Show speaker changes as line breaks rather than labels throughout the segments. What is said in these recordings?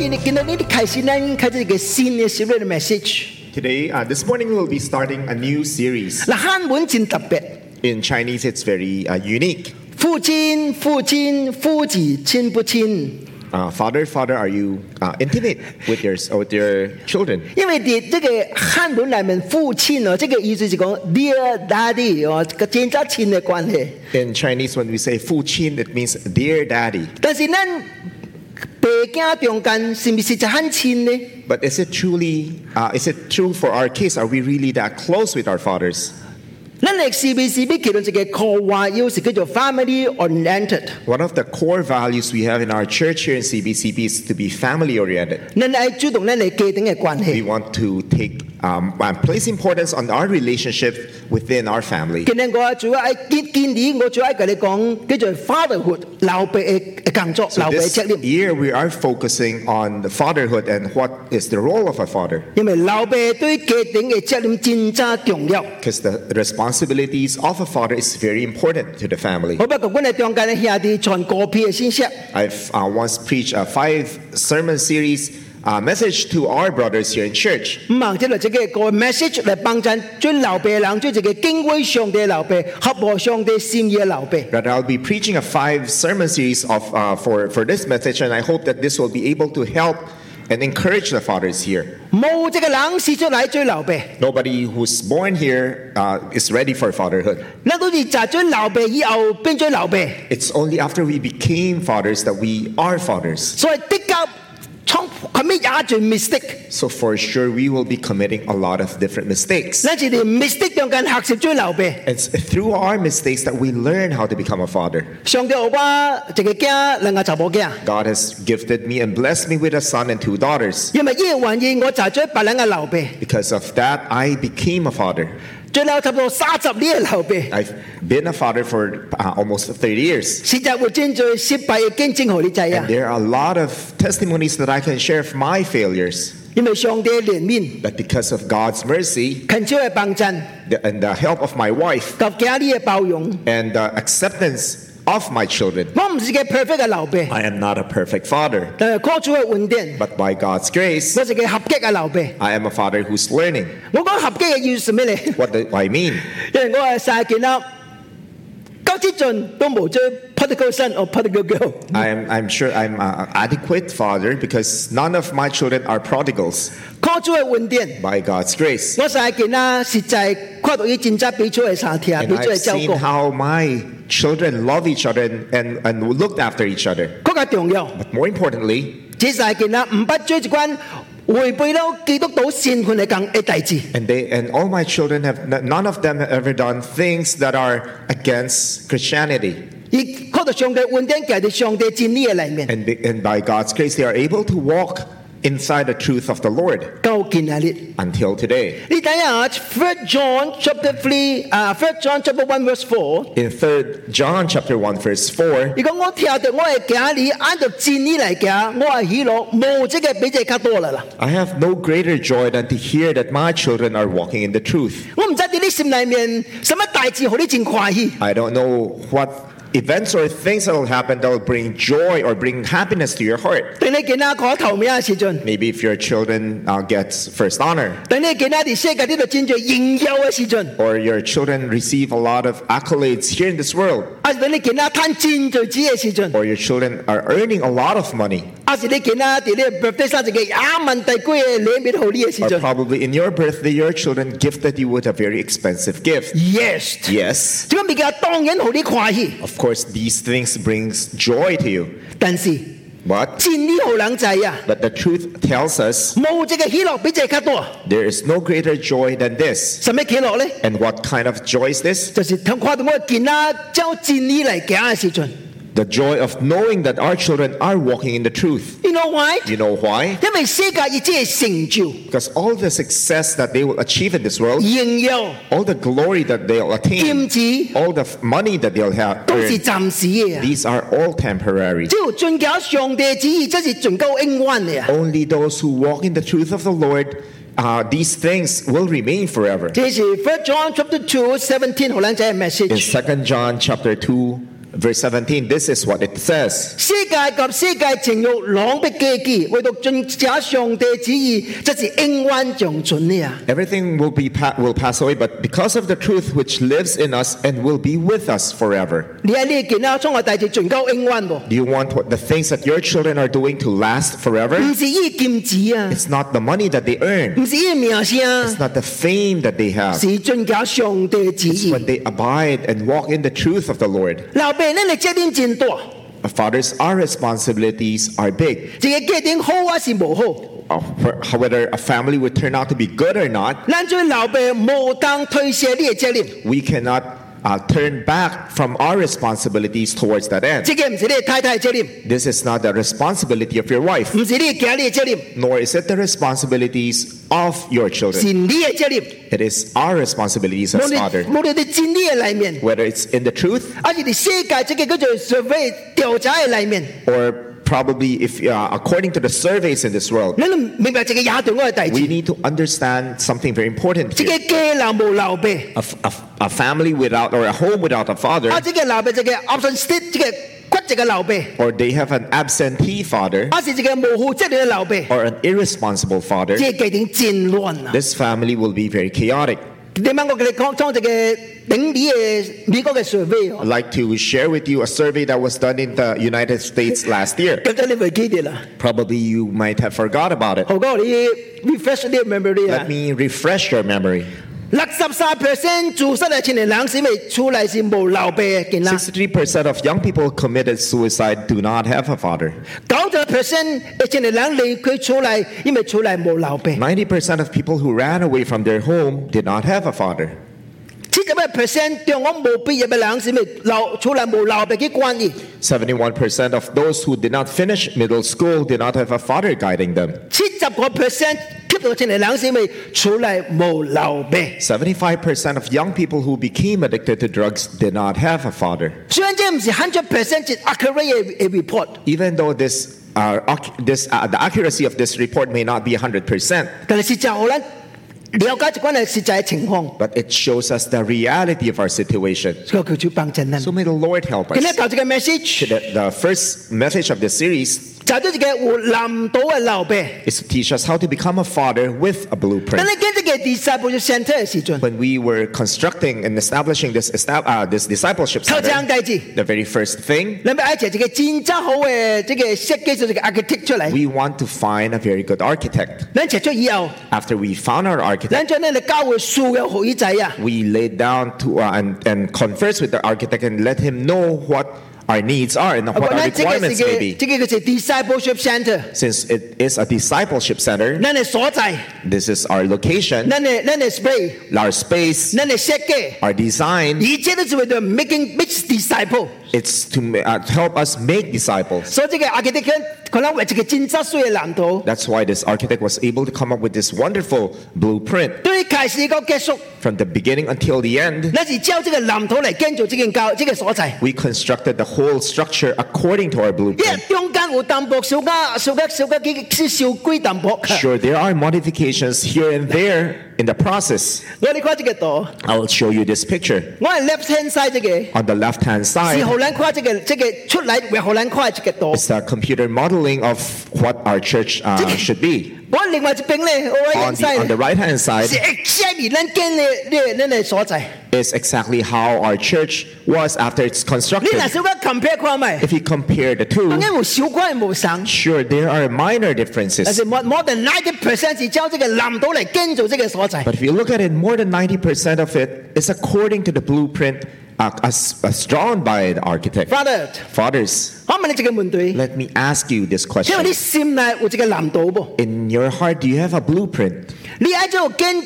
in kinanid series message.
Today, uh, this morning, we'll be starting a new series.
嗱，韓文真特別，
In Chinese, it's very uh, unique.
父親、父親、夫子親不親？
Uh, father, father, are you uh, intimate with your with your children?
因為啲這個漢文裡面父親哦，這個意思是講 dear daddy 哦，個真則親的關係。
In Chinese, when we say "fu qin," it means "dear daddy."
但是咱北京中間是不是就很親呢？
But is it truly? Uh, is it true for our kids? Are we really that close with our fathers?
咱歷史未是要結論一個課外要是叫做 family oriented，
One of the core values we have in our church here in CBCB is to be family oriented.
咱要主動咱的家庭的關
We
係。
want to take um, and place importance on our relationship within our family.
今日我主要要建建議，我主要要跟你講叫做 fatherhood 老爸的的工作，
So
老爸的
this
責任。
year we are focusing on the fatherhood and what is the role of a father
因為老爸對家庭的責任真正重要。
because the responsibilities of a father is very important to the family.
我不過阮的中間的兄弟傳高片的信息，
I've uh, once preached a five sermon series uh, message to our brothers here in church.
唔忙即係一個個 message 嚟幫咱做老爸的人，做一個敬畏上帝的老爸、合乎上帝心意的老爸。
But I'll be preaching a five sermon series of, uh, for, for this message, and I hope that this will be able to help and encourage the fathers here.
冇一個人是出來做老爸，
Nobody who's born here uh, is ready for fatherhood.
那都是做做老爸以後變做老爸，
It's only after we became fathers that we are fathers.
所以的確創 commit 也做 mistake，
So for sure, we will be committing a lot of different mistakes.
咱是在 mistake 中間學習做老爸。
It's through our mistakes that we learn how to become a father.
上帝有我一個囝，兩個查某囝，
God has gifted me and blessed me with a son and two daughters.
因為伊的原因，我做做別人嘅老爸，
Because of that, I became a father.
做了差不多三十年嘅老爸。
I've been a father for uh, almost 30 years.
實在有真多失敗嘅見證，互你知啊
And！there are a lot of testimonies that I can share of my failures.
因為上帝憐憫，
But because of God's mercy
恳求嘅幫襯，
the- and the help of my wife
及家你嘅包容，
and the acceptance of my children,
我唔是一個 perfect 嘅老爸，
I am not a perfect father.
但係靠主嘅恩典，
But by God's grace,
我是一個合格嘅老爸。
I am a father who's learning.
我講合格嘅意思咩咧？
What do I mean?
因為我係三件啦，到至盡都冇做 particle son or particle girl。
I'm, I'm sure I'm an adequate father because none of my children are prodigals
靠主嘅恩典，
by God's grace.
我三件啦，實在看到伊真正俾出嘅三聽，
And
俾出嘅
I've
照
seen
顧，
how my children love each other and, and, and looked after each other.
更加重要。
But more importantly,
這三件啦，唔不做一關違背咗基督徒身份嘅講嘅代志。
and they and all my children have n- none of them have ever done things that are against Christianity.
伊靠着上帝恩典，行在上帝真理嘅里面，
And, they, and by God's grace, they are able to walk inside the truth of the Lord
到今日。
until today.
你睇下，First John chapter three 啊，First John chapter one verse four，
In 3 John chapter 1 verse 4,
如果我听到我嘅行你按照真理嚟行，我系喜乐，冇这个比这个多啦啦。
I have no greater joy than to hear that my children are walking in the truth.
我唔知喺你心里面什么大事，让你真欢喜。
I don't know what events or things that will happen that will bring joy or bring happiness to your heart.
等你囡仔考头名嘅时阵，
Maybe if your children uh, gets first honor,
等你囡仔伫世界呢度真侪荣耀嘅时阵，
or your children receive a lot of accolades here in this world,
还是等你囡仔赚真侪钱嘅时阵，
or your children are earning a lot of money,
还是你囡仔伫你 birthday 生日嘅也问第几嘅礼物好你嘅时
or
阵。
probably in your birthday, your children gifted you with a very expensive gift.
Yes，
Yes,
这个物件當然互你歡喜，
of course, these things brings joy to you,
但是
but
真理互人知啊，
but the truth tells us
冇這個喜樂比這個多。
There is no greater joy than this.
什麼喜樂呢？
And what kind of joy is this?
就是通看到我見仔照真理嚟行嘅時陣
The joy of knowing that our children are walking in the truth.
，you know why？
You know why?
因為世界已經係成就
Because all the success that they will achieve in this world,
榮耀
all the glory that they'll
金
attain,
子
all the f- money that they'll have,
都是
earned,
暫時嘅啊，
these are all temporary.
只有遵教上帝旨意，則是盡到永遠嘅啊。
Only those who walk in the truth of the Lord, uh, these things will remain forever.
這是 First John chapter two seventeen 互人知嘅
In
message。
Second John chapter 2, Verse 17, this is what it says
世界及世界情欲朗不記記，唯獨盡者上帝旨意，則是永遠長存的啊！
Everything will, be pa- will pass away, but because of the truth which lives in us and will be with us forever.
你喺呢件啊，中國大事全夠永遠喎，
Do you want what, the things that your children are doing to last forever?
唔是依劍指啊，
It's not the money that they earn,
唔是依名聲啊
it's，not the fame that they have.
是盡者上帝旨
It's
意。
when they abide and walk in the truth of the Lord.
老爸，恁嘅責任真大，
A fathers, our responsibilities are big.
一個家庭好還是無好，
Uh, for- Whether a family would turn out to be good or not,
咱做老爸無當推卸你嘅責任。
we cannot uh, turn back from our responsibilities towards that end.
這個唔是你的太太嘅責任，
This is not the responsibility of your wife,
唔是你嘅囝你嘅責任，
nor is it the responsibilities of your
是
children.
你嘅責任。
It is our responsibilities
無
as
論
father,
無論喺真理嘅裏面，
whether it's in the truth
還是喺世界這個叫做 survey 調查嘅裏面。
or probably if uh, according to the surveys in this world.
你都明白这个亚我嘅代
We
志，
need to understand something very important
这个
here.
家留无留备，
A, f- a f- a family without or a home without a father
啊，这个留备这个 option state 这个骨这个留备，
or they have an absentee father
啊是这个无负责任嘅留备，
or an irresponsible father
这个家庭真乱啊！
this family will be very chaotic
点解我跟你讲讲这个顶美嘅美國嘅 survey
I'd
哦，
like to share with you a survey that was done in the United States last year.
更加你未記得啦，
Probably you might have forgot about it.
何哥你 refresh 你嘅 memory 啊
Let，me refresh your memory.
六十三 percent 自殺嘅青年人是咪出嚟是無留備嘅囡仔，
63% of young people committed suicide do not have a father.
九十 percent 嘅青年人離佢出嚟，因為出嚟無留備。
90% of people who ran away from their home did not have a father.
七十八 percent 對我冇畢業嘅人是咪留出嚟冇留別嘅關係？
71% of those who did not finish middle school did not have a father guiding them.
七十個 percent 吸毒青年人是咪出嚟冇留別？
75% of young people who became addicted to drugs did not have a father.
雖然這唔是 hundred percent accurate 嘅 report，
Even though this, uh, ac- this, uh, the accuracy of this report may not be 100%,
但係實際可能了解一關係實際嘅情況，
but it shows us the reality of our situation.
所以佢就幫襯人。
So may the Lord help
今日
us.
教這個 message，
The, the first message of this series
就咗一個有難度嘅留別。
is to teach us how to become a father with a
等
blueprint.
你跟呢個 disciple center 嘅時陣，
When we were constructing and establishing this, estab- uh, this discipleship
頭一樣
center,
代志，
the very first thing
你咪愛一個真正好嘅這個設計師、這個 architect 出嚟。
We want to find a very good architect.
咱出出以後。
After we found our architect,
咱將呢，你教會數嘅學仔啊，
we laid down to uh, and, and converse with the architect and let him know what our needs are and
我
what our
咱這個
requirements
是
may
嘅，
be.
這個就是 discipleship center，
Since it is a discipleship center,
咱嘅所在，
this is our location,
咱嘅咱嘅 spray，
our space,
咱嘅設計，
our design.
一切都是為咗 making make disciple。
It's to, ma- uh, to help us make disciples.
所以這個 architect 可能為一個真質素嘅藍圖，
That's why this architect was able to come up with this wonderful blueprint
對開始到結束，
from the beginning until the end.
那是照這個藍圖嚟建造這件教這個所在。
We constructed the whole structure according to our
因
blueprint.
為中間有淡薄小家小家小家幾少少貴淡薄。
Sure, there are modifications here and there in the process.
我哋看這個圖，
I'll show you this picture.
我係 left hand side 這個，
On the left hand
是
side
荷蘭看這個這個出嚟為荷蘭看這個圖。
is the computer modeling of what our church uh, should be.
我另外一邊咧，我嘅
On
人
the,
生
on the
呢
right hand
是
side
exactly 咱今日呢呢呢所在。
is exactly how our church was after it's
你若
constructed.
小可 compare 看咪，
If you compare the
當然
two,
有小關冇上，
sure, there are minor
但
differences.
是 more more than ninety percent 是照這個南島嚟建造這個所在。
But if you look at it, more than 90% of it is according to the blueprint uh, as, as drawn by the architect.
Father，
Fathers,
我問你一個問題，
let me ask you this
請問
question.
你心內有一個南島不？
In your heart, do you have a blueprint?
你喺度建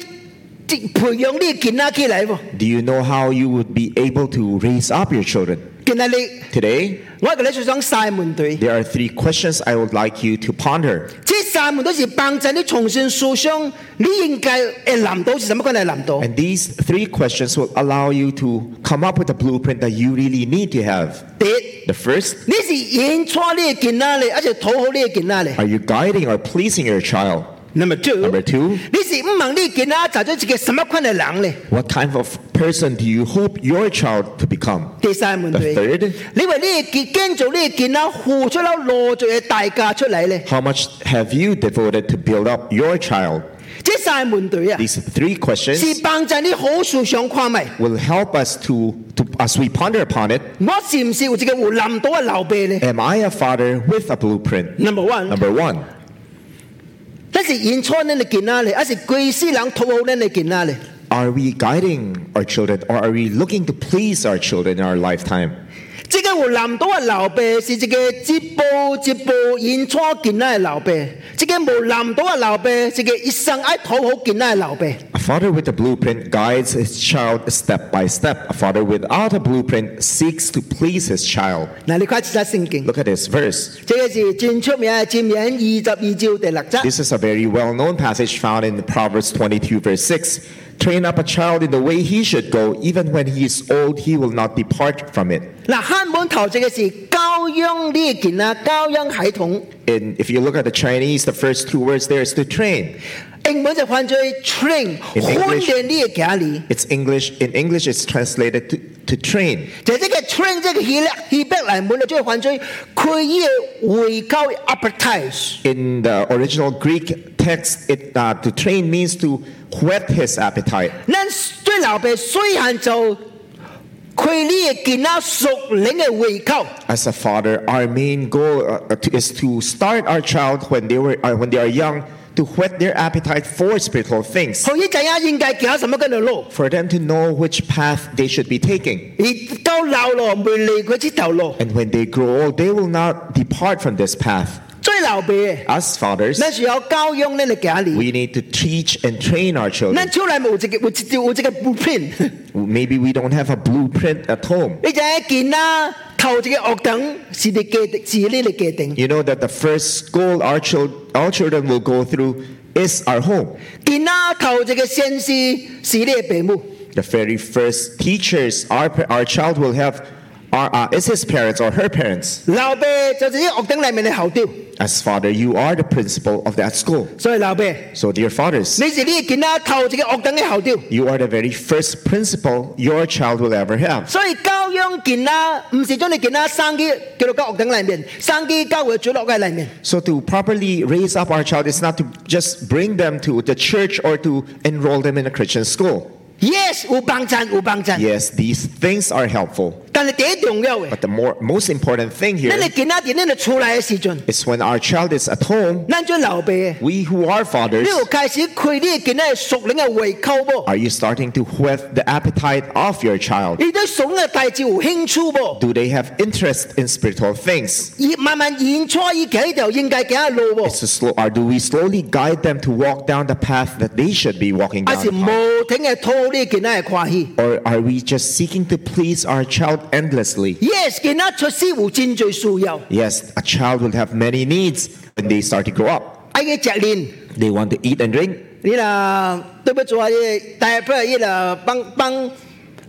培養你嘅囡仔起來不？
Do you know how you would be able to raise up your children?
今日你
Today,
我跟你想講三個問題，
there are three questions I would like you to ponder.
這三個問題是幫助你重新思想，你應該嘅南島是什麼款嘅南島？
And these three questions will allow you to come up with a blueprint that you really need to have.
第一。
The first,
你是引错你的囡仔咧，还是讨好你的囡仔咧
are you guiding or pleasing your child?
哎？Number two，
Number two,
你是唔问你的囡仔做咗一个什么款的人咧？
what kind of person do you hope your child to become?
第三個問
The
題，
third,
你為呢個建建造呢個建樓付出咗攞罪嘅代價出嚟咧？
how much have you devoted to build up your child?
即三個問題啊，
These three
是
questions
幫襯啲好事上跨迷，
will help us to, to as we ponder upon it.
我是唔是自己會諗到嘅流弊咧
Am I a father with a blueprint?
？Number one，
Number one,
一是演出呢你見啦咧，一是貴司冷討好呢你見啦咧。
are we guiding our children or are we looking to please our children in our lifetime?
即係湖南島嘅流弊是自己接步接步演初見啦嘅流弊，即係湖南島嘅流弊自己一生愛討好見啦嘅流弊。
A father with a blueprint guides his child step by step. A father without a blueprint seeks to please his child.
嗱，你睇下聖經，
Look at this verse.
這個是最出名嘅箴言二十二章第六節。
This is a very well known passage found in Proverbs 22, verse 6. Train up a child in the way he should go, even when he is old, he will not depart from it.
嗱，漢本頭隻嘅是教養呢件啦，教養系統。
And if you look at the Chinese, the first two words there is to train.
英文就翻咗 train
In
訓
English-
練呢個假理，
It's English, in English, it's translated to, to train.
就呢個 train 即係希臘希伯來文就將翻咗佢呢個回教 appetite。
In the original Greek text, it, uh, to train means to whet his appetite.
咱最老爸雖然就佢呢個見到熟齡嘅胃口，
As a father, our main goal uh, to- is to start our child when they were uh, when they are young to whet their appetite for spiritual things,
佢一陣應該行什麼嘅路，
for them to know which path they should be taking.
而到老咯未離佢呢頭路。
And when they grow old, they will not depart from this path.
最老爸嘅，
As fathers,
咱需要教養呢個家理。
we need to teach and train our children.
咱出來冇一個有一條有一個 blueprint，
Maybe we don't have a blueprint at home.
你就係見啦，頭一個學堂是你決定，是你嚟決定。
You know that the first school our children all children will go through is our home.
見啦，頭一個先師是你嘅父母。
The very first teachers our, our child will have are uh, is his parents or her parents.
老爸就是呢學堂裡面嘅校長，
As father, you are the principal of that school.
所以老爸，
So, dear fathers,
你是你嘅見啦，頭一個學堂嘅校長。
you are the very first principal your child will ever have.
所以教養健啦，唔是將你健啦生機叫到教學堂裏面，生機教會主落嘅裏面。
So, to properly raise up our child is not to just bring them to the church or to enroll them in a Christian school.
Yes，有幫襯有幫襯，
Yes, these things are helpful,
但係第一重要嘅，
but the more, most important thing
咱
here
哋健啦點樣出來嘅時陣，
is when our child is at home,
咱做老爸嘅，
we who are
你
fathers
要開始開呢個健啦熟齡嘅胃口噃，
are you starting to whet the appetite of your child?
你對熟齡嘅大志有興趣噃，
Do they have interest in spiritual things?
而慢慢演出以前呢條應該嘅路噃，
So slow, or do we slowly guide them to walk down the path that they should be walking
還是
down?
無停嘅討呢個健啦嘅歡喜。
Or are we just seeking to please our child endlessly?
Yes，健啦出師有真最需要，
Yes, a child will have many needs when they start to grow up.
愛嘅責任。
They want to eat and drink.
你啦，对不住啊，你大不伊啦帮帮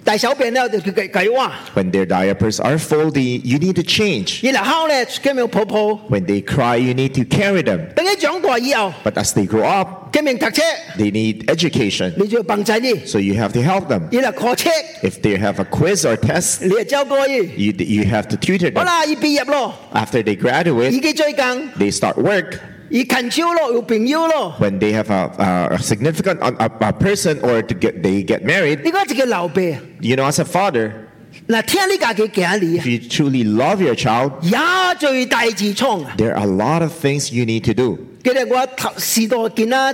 大小便了就给给我，
When their diapers are foldy, you need to change.
伊啦好咧，革命婆婆，
When they cry, you need to carry them.
等伊长大以后，
But as they grow up,
革命读册，
they need education.
你就要帮衬伊，
So you have to help them.
伊啦考册，
If they have a quiz or test,
你就照顾伊。
you, you have to tutor
好
them.
啦，伊毕业咯，
After they graduate,
伊去做工，
they start work.
伊近手咯，有朋友咯。
When they have a, a significant a, a- a person or to get they get married,
你讲一个老爸，
you know, as a father,
嗱听你家己囝你啊
if，you truly love your child,
也最大痔瘡啊！
there are a lot of things you need to do.
今日我头時代見啦，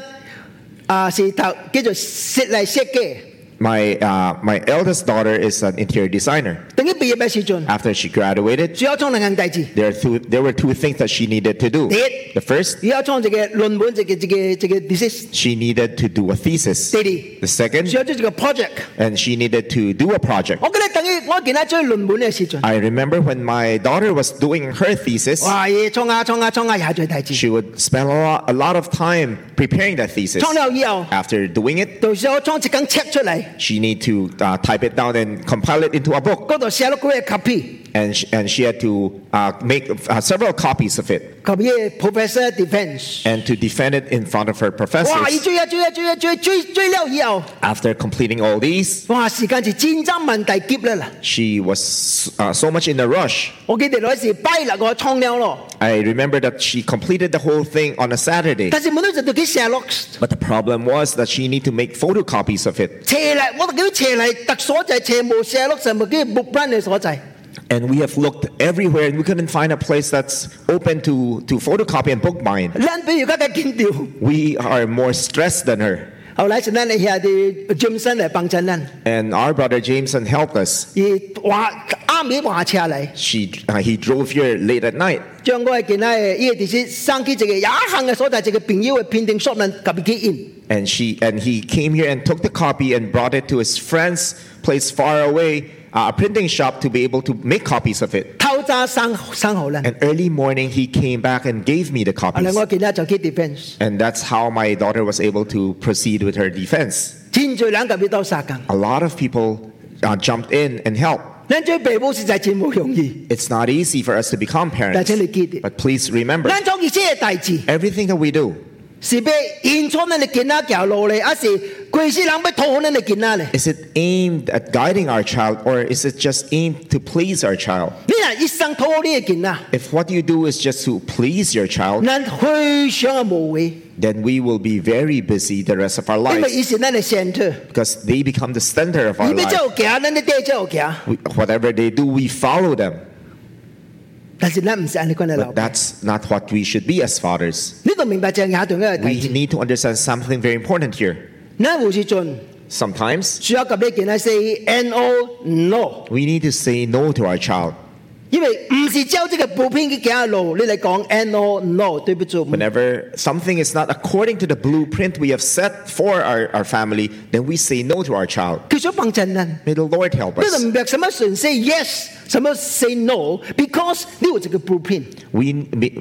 啊是頭叫做設嚟設計，
My uh, my eldest daughter is an interior designer.
等佢畢業嘅時陣。
After she graduated,
主要創兩樣代志，
there are two, there were two things that she needed to do.
Did-
The first,
主要創一個論文，一個一個一個 thesis。
she needed to do a thesis.
Did- 主
The second,
要做一個 project。
and she needed to do a project.
我記得等於我見他追論文嘅時陣，
I remember when my daughter was doing her thesis,
哇！伊創啊創啊創啊，也做代志。
she would spend a lot, a lot of time preparing that thesis.
創了以後，
After doing it,
到時候創一間尺出嚟，
she need to uh, type it down and compile it into a book.
嗰度寫咗幾個 copy。
and she, and she had to uh, make uh, several copies of it
及迄个 professor defense。
and to defend it in front of her
哇！伊
professors.
追啊追啊追啊追追追了以後，
After completing all these,
哇！時間是千真萬大劫啦啦！
she was uh, so much in a rush.
我記得嗰時拜六我創了咯，
I remember that she completed the whole thing on a Saturday.
但是冇到就到佢寫落
But the problem was that she needed to make photocopies of it.
斜嚟，我哋叫斜嚟特所就係斜無寫落神嘅木板嘅所在。
And we have looked everywhere and we couldn't find a place that's open to, to photocopy and bookbind.
咱比如家嘅見到，
We are more stressed than her.
後來是咱哋下啲呃 Jameson 嚟幫襯咱，
And our brother Jameson helped us.
而話啱起話車嚟，
She, uh, he drove here late at night
將我嘅見啦，呢個地址生機一個也行嘅所在，一個朋友嘅片定索文及佢印，
and, she, and he came here and took the copy and brought it to his friend's place far away, uh, a printing shop, to be able to make copies of it.
偷揸生生好啦。
And early morning, he came back and gave me the
後來
copies.
我見啦就去 defense。
And that's how my daughter was able to proceed with her defense.
天罪人及要多殺更，
A lot of people uh, jumped in and helped.
咱做父母實在真冇容易。
It's not easy for us to become parents.
That's indicated.
But please remember,
咱做一切嘅代志，
everything that we do
是要引出咱嘅囡仔條路嚟，還是鬼死人要討好咱嘅囡仔咧？
is it aimed at guiding our child or is it just aimed to please our child?
你若一生討好你嘅囡仔，
If what you do is just to please your child,
咱非常嘅無謂，因
then we will be very busy the rest of our
為
lives
伊是咱嘅 center，
because they become the center of
伊
our
要
life.
走行，咱就跟走行。
We, whatever they do, we follow them.
但是咱唔是安尼款嘅老
But
闆，
that's not what we should be as fathers.
你都明白就係亞當嘅代
We
志。
need to understand something very important here.
咱有時陣
Sometimes
需要及你囡仔 say no no，
we need to say no to our child.
因為唔是照這個普遍嘅行嘅路，你嚟講 no no，對不住。
Whenever something is not according to the blueprint we have set for our, our family, then we say no to our child.
佢想幫襯咱。
May the Lord help
你就
us.
明白什麼神 say yes，什麼 say no，because 你有這個 blueprint。
We,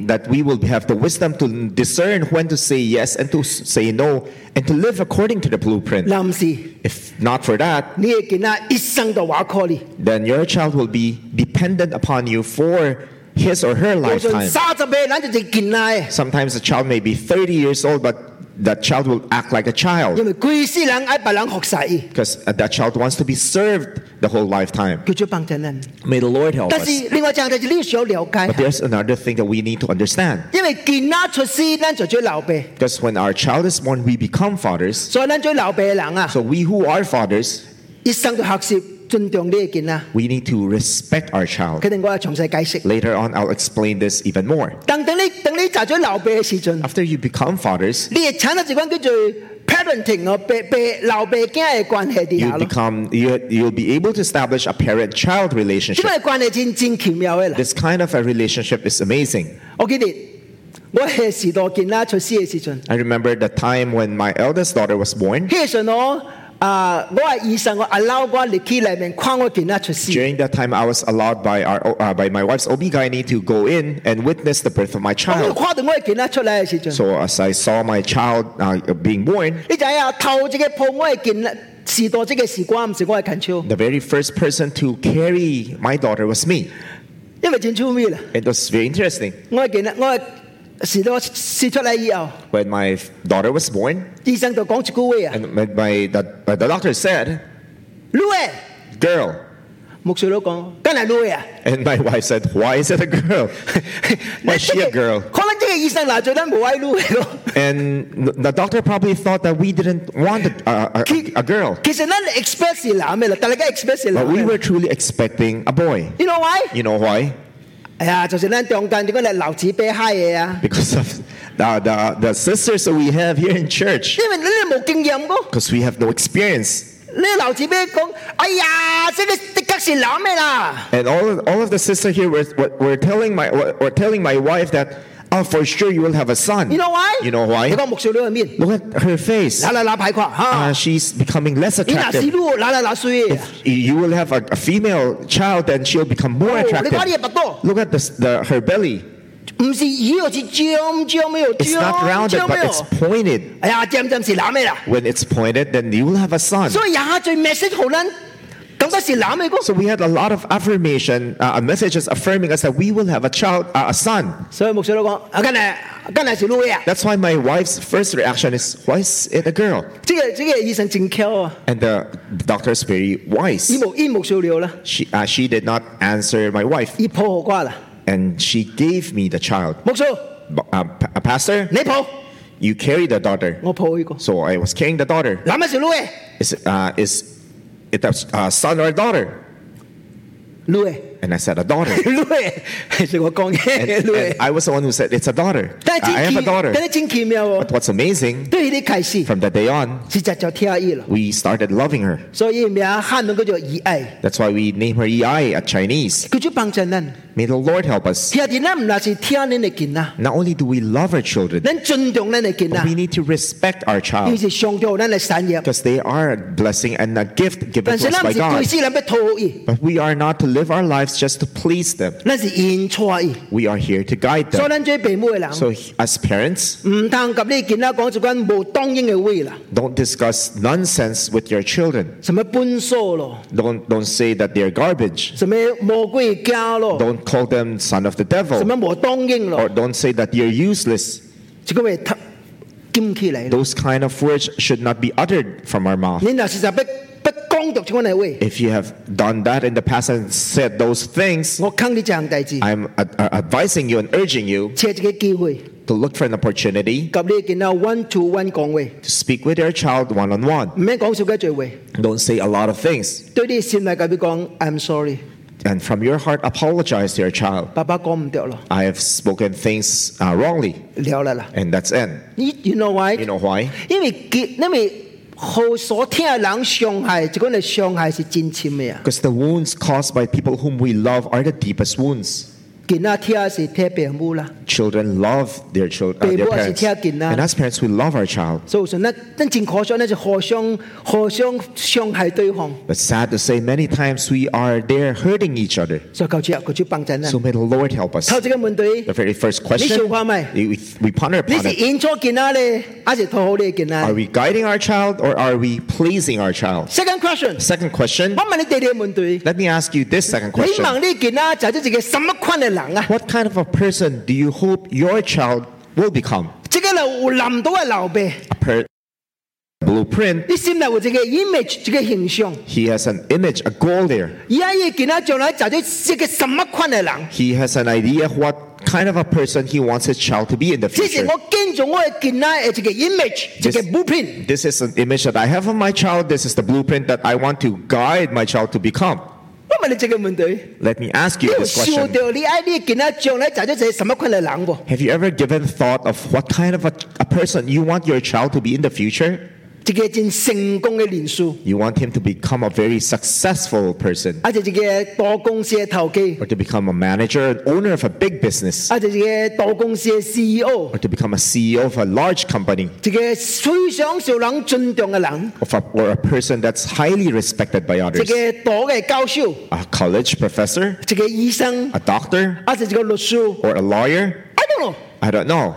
that we will have the wisdom to discern when to say yes and to s- say no and to live according to the blueprint.
臨時
If not for that,
你嘅囡仔一生都話靠你，
then your child will be dependent upon you for his or her
就算
lifetime.
三十歲，咱就係囡仔
Sometimes a child may be 30 years old, but that child will act like a
因
child
為鬼死人愛別人學晒，
because uh, that child wants to be served the whole lifetime.
叫做幫襯人。
May the Lord help
但
us.
是另外一樣就係你要想了解
But
下，
there's another thing that we need to understand.
因為囡仔出世，咱就做老爸，
Because when our child is born, we become fathers.
所以咱做老爸嘅人啊，
So we who are fathers,
一生都學習尊重你嘅囡仔。
we need to respect our child.
肯定我要詳細解釋。
Later on, I'll explain this even more.
當等你等你做咗老爸嘅時陣，
After you become fathers,
你係產生一款叫做 parenting 哦，爸爸老爸囝嘅關係底
you
下咯。
become you, you'll be able to establish a parent-child
呢
relationship.
個關係真真奇妙嘅啦。
This kind of a relationship is amazing.
我記得我係時代見啦，出師嘅時陣，
I remember the time when my eldest daughter was born.
迄時陣我啊，我係醫生，我 allow 我入去裏面看我見啦出師。
During that time, I was allowed by our uh, by my wife's OB-GYN to go in and witness the birth of my
我
child.
看到我嘅見啦出嚟嘅時陣，
So as I saw my child uh, being born,
你知啊，頭一個抱我嘅見啦，時代即個時光唔是我嘅 control，
The very first person to carry my daughter was me.
因為真趣味啦。
It was very interesting.
我嘅見啦，我嘅時代試出嚟以後，
When my f- daughter was born,
醫生就講一句話啊，
and my, my- the, the doctor said,
女嘅，
Girl.
牧師佬講，梗係女嘅啊。
And my wife said, Why is it a girl? Why is she a girl?
可能即個醫生嗱做咱無愛女嘅咯。
And th- the doctor probably thought that we didn't want a, a, a- a girl,
其實咱 expect 是男嘅啦，大家 expect 是男
but
嘅
we were truly expecting a boy.
You know why？
You know why?
哎呀，就是咱中間點解嚟流子啤嗨嘢啊？
Because of the, the, the sisters that we have here in church,
因為你哋冇經驗個，
because we have no experience.
你流子啤講：哎呀，這個的確是男嘅啦。
And all of, all of the sisters here were, were, were telling my were, were telling my wife that, oh, for sure you will have a son.
You know why？
You know why?
你講木少女係面，
Look at her face.
嗱嗱嗱排垮
Uh,
嚇，
she's becoming less
你嗱屎
attractive.
路，嗱嗱嗱水。
You- You will have a, a female child, and she'll become more
哦你講啲嘢
attractive.
白多，
Look at this, the, her belly.
唔是魚哦，是尖尖咩哦，
It's not
尖
rounded,
尖
but
咩
it's
哦。
pointed.
哎呀，尖尖是男嘅啦。
When it's pointed, then you will have a son.
所以也最 message 好咱咁都是男嘅個，
So we had a lot of affirmation, uh, messages affirming us that we will have a child, uh, a son.
所以牧師都講：啊，今日今日是女嘅啊，
That's why my wife's first reaction is, why is it a girl?
即係即係醫生正巧啊，
And the doctor's very
醫
wise.
無醫無少了啦，
She, uh, she did not answer my wife,
醫抱好瓜啦，
and she gave me the child.
牧師
B- Uh, pa- uh, pastor,
你抱，
you carry the daughter.
我抱呢個，
So I was carrying the daughter.
男嘅是女嘅，
Is, it, uh, is it a uh, son or a daughter?
女嘅
And I said, a daughter.
女嘅，係我講嘅
And,
女嘅，
and I was the one who said, it's a daughter.
但
I
係
have
真
a
奇，但
daughter.
係真奇妙喎，
But what's amazing,
對佢啲開始，
from that day on,
是實就聽伊咯，
we started loving her.
所以名漢文叫做以愛，
That's why we name her EI at Chinese.
佢就幫助咱。
May the Lord help us.
听囡仔唔那是听恁的囡仔，
Not only do we love our children,
恁尊重恁的囡
but we
仔，
need to respect our
伊
child
是上帝咱的产业。
because they are a blessing and a gift
但
given
是
to us
咱唔
by
是对
God.
世人要讨伊，
But we are not to live our lives just to please them.
咱是引错伊。
We are here to guide
所以
them.
咱做父母的人，
So, as parents,
唔通甲你囡仔講一款無當應的話啦，
don't discuss nonsense with your children.
什麼分手咯，
Don't, don't say that they're garbage.
什麼魔鬼教咯，
Don't call them son of the
什
devil.
麼無當應
Or
咯，
don't say that you're useless.
即個會突禁起來咯。
Those kind of words should not be uttered from our mouth.
你若是實要要講讀即款的話，
if you have done that in the past and said those things,
我坑你一項代志，
I'm ad- uh, advising you and urging you
找一個機會，
to look for an opportunity
甲你的囡仔 one to one 講話，
to speak with your child one on
唔
one.
免講少幾句話。
Don't say a lot of things.
對你心內甲你講，I'm sorry，
And from your heart, apologize to your child.
爸爸講唔對咯，
I have spoken things uh, wrongly,
了啦啦。
and that's it.
你 you know why？
You know why?
因為佢因為好所聽的人傷害，即款嘅傷害是真深嘅啊！
Because the wounds caused by people whom we love are the deepest wounds.
囡仔聽的是聽父母啦，
Children love their children, uh, their
Baby, what's
parents.
it taking now?
And as parents, we love our child.
所以說咱咱真可惜，咱是互相互相傷害對方，
But sad to say, many times we are there hurting each other.
所以求主啊，求主幫助咱
So。may the Lord help us.
頭一個問
The
題，
very first question,
Nishukwamai.
we, we- we ponder
你
upon
是
it.
引錯囡仔咧，還是討好你嘅囡仔
Are we guiding our child or are we pleasing our child?
？Second question，
Second question,
我問你第二個問題，
let me ask you this second
你
question.
問你嘅囡仔就係一個什麼款嘅人啊？
What kind of a person do you hope your child will become?
即個就有男到嘅老爸，
A per- blueprint,
你心內有一個 image，一個形象。
he has an image, a goal there.
而家嘅囡仔將來就係一個什麼款嘅人？
He has an idea of what kind of a person he wants his child to be in the
这是
future.
我建造我嘅囡仔嘅一個 image，一個
This-
blueprint。
This is an image that I have of my child. This is the blueprint that I want to guide my child to become.
我問你一個問題，
Let me ask
你
you
有
this
想
question.
到你愛你嘅囡仔將來就係一個什麼款嘅人無？
Have you ever given thought of what kind of a, a person you want your child to be in the future?
一個真成功嘅人士，
You want him to become a very successful person,
啊，就一個大公司嘅頭家，
or to become a manager, an owner of a big business,
啊，就一個大公司嘅 CEO，
or to become a CEO of a large company,
一個非常受人尊重嘅人，
of a, or a person that's highly respected by
一
others,
個大嘅教授，
a college professor,
一個醫生，
a doctor,
啊，就一個律師。
or a lawyer.
I don't know。
I don't know.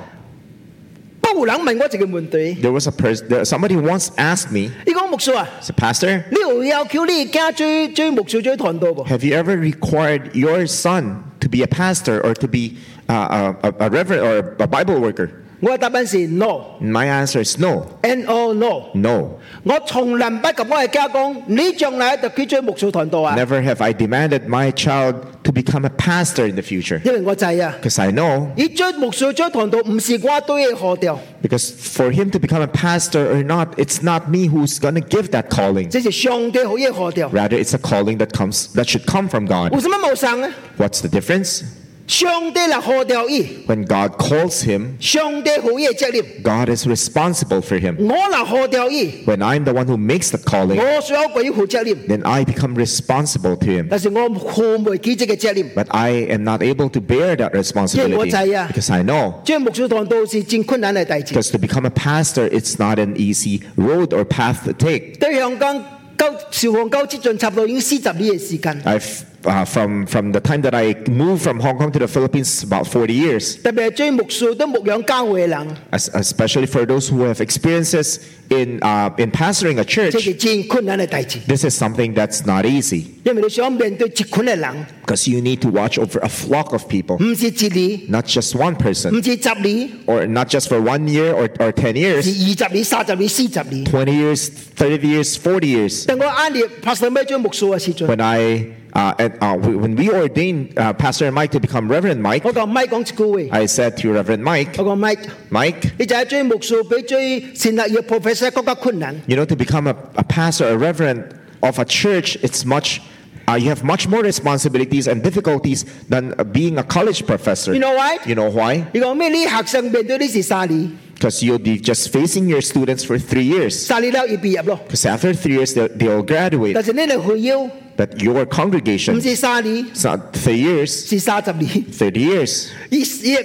不過有人問我一個問題，
There was a person. There, somebody once asked me,
你講牧師啊？
"So, Pastor,
你有要求你家追追牧師追團隊不？
have you ever required your son to be a pastor or to be uh, a, a, a reverend or a Bible worker?"
我的答案是 no
My answer is no,
and oh no。
no.
我從來唔不及我嘅家講，你將來就去追牧師團隊啊，
Never have I demanded my child to become a pastor in the future.
因為我知啊，
Because I know,
你追牧師追團隊唔是我對嘅河調，
because for him to become a pastor or not, it's not me who's going to give that calling.
這是上帝好嘅河調。
Rather, it's a calling that comes that should come from God.
為什麼冇上呢？
What's the difference?
上帝嚟河調伊，
When God calls him,
上帝好嘅責任，
God is responsible for him.
我嚟河調伊，
When I'm the one who makes the calling,
我所有鬼負責任，
then I become responsible to him.
但是我負唔起這個責任。
But I am not able to bear that responsibility
Yeah, 我知啊。
because I know
追牧師團隊是真困難嘅代志。
Because to become a pastor, it's not an easy road or path to take.
對香港到消防到即陣差不多已經四十年嘅時間。
I've uh, from, from the time that I moved from Hong Kong to the Philippines, about 40 years,
特別係追牧師都牧養教會嘅人，
es- especially for those who have experiences in, uh, in pastoring a
即
church,
係真困難嘅大事，
this is something that's not easy
因為你想面對一群嘅人，
because you need to watch over a flock of people,
唔是一年，
not just one
唔
person,
是十年，
or not just for one year or, or 10
是
years,
二十年、三十年、四十年。
20 years, 30 years, 40 years.
但我啱年 pastor 咩追牧師嘅時陣，
When I uh, at, uh, when we ordained uh, Pastor Mike to become Reverend Mike,
我同 Mike 講一句話，
I said to Reverend Mike,
我講 Mike，
Mike,
你就係追牧師比追神學嘅 professor 更加困難。
you know, to become a, a pastor, a reverend of a church, it's much, uh, you have much more responsibilities and difficulties than uh, being a college professor.
You know why?
You know why?
你講咩？你學生面對呢是三年，
Because you'll be just facing your students for three years.
三年後要畢業咯。
Because after three years, they'll, they'll graduate.
但是你哋學要唔
But your congregation,
是三年，
it's not three years,
是三十年，
30 years.
一一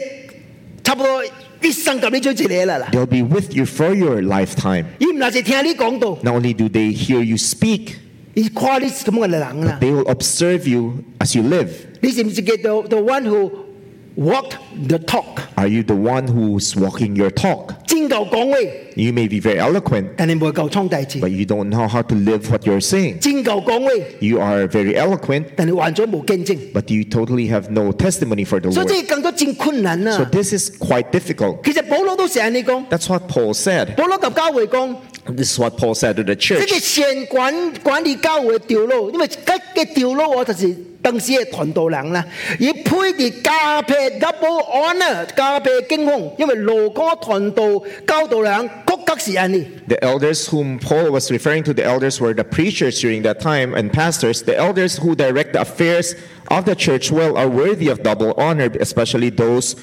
差不多一生咁你追一個啦啦。
They'll be with you for your lifetime.
伊唔係是聽你講道，
Not only do they hear you speak,
伊看你是咁嘅人啦。
they will observe you as you live.
This is the, the one who walked the talk，
Are you the one who's walking your talk?
真夠講話，
You may be very eloquent,
但係冇夠創大字；
but you don't know how to live what you're saying.
真夠講話，
You are very eloquent,
但係患咗無見證。
but you totally have no testimony for the
所以
Lord.
即係更多真困難
So
啊！
this is quite difficult.
其實保羅都成日你講，
That's what Paul said.
保羅及教會講，
This is what Paul said to the
即
church.
係善管管理教會嘅調路，因為吉嘅調路我就是當時嘅團道人啦，以配啲加倍 double honor 加倍驚恐，因為路哥團道教導人谷格是人嚟。
The elders whom Paul was referring to, the elders were the preachers during that time and pastors. The elders who direct the affairs of the church well are worthy of double honor, especially those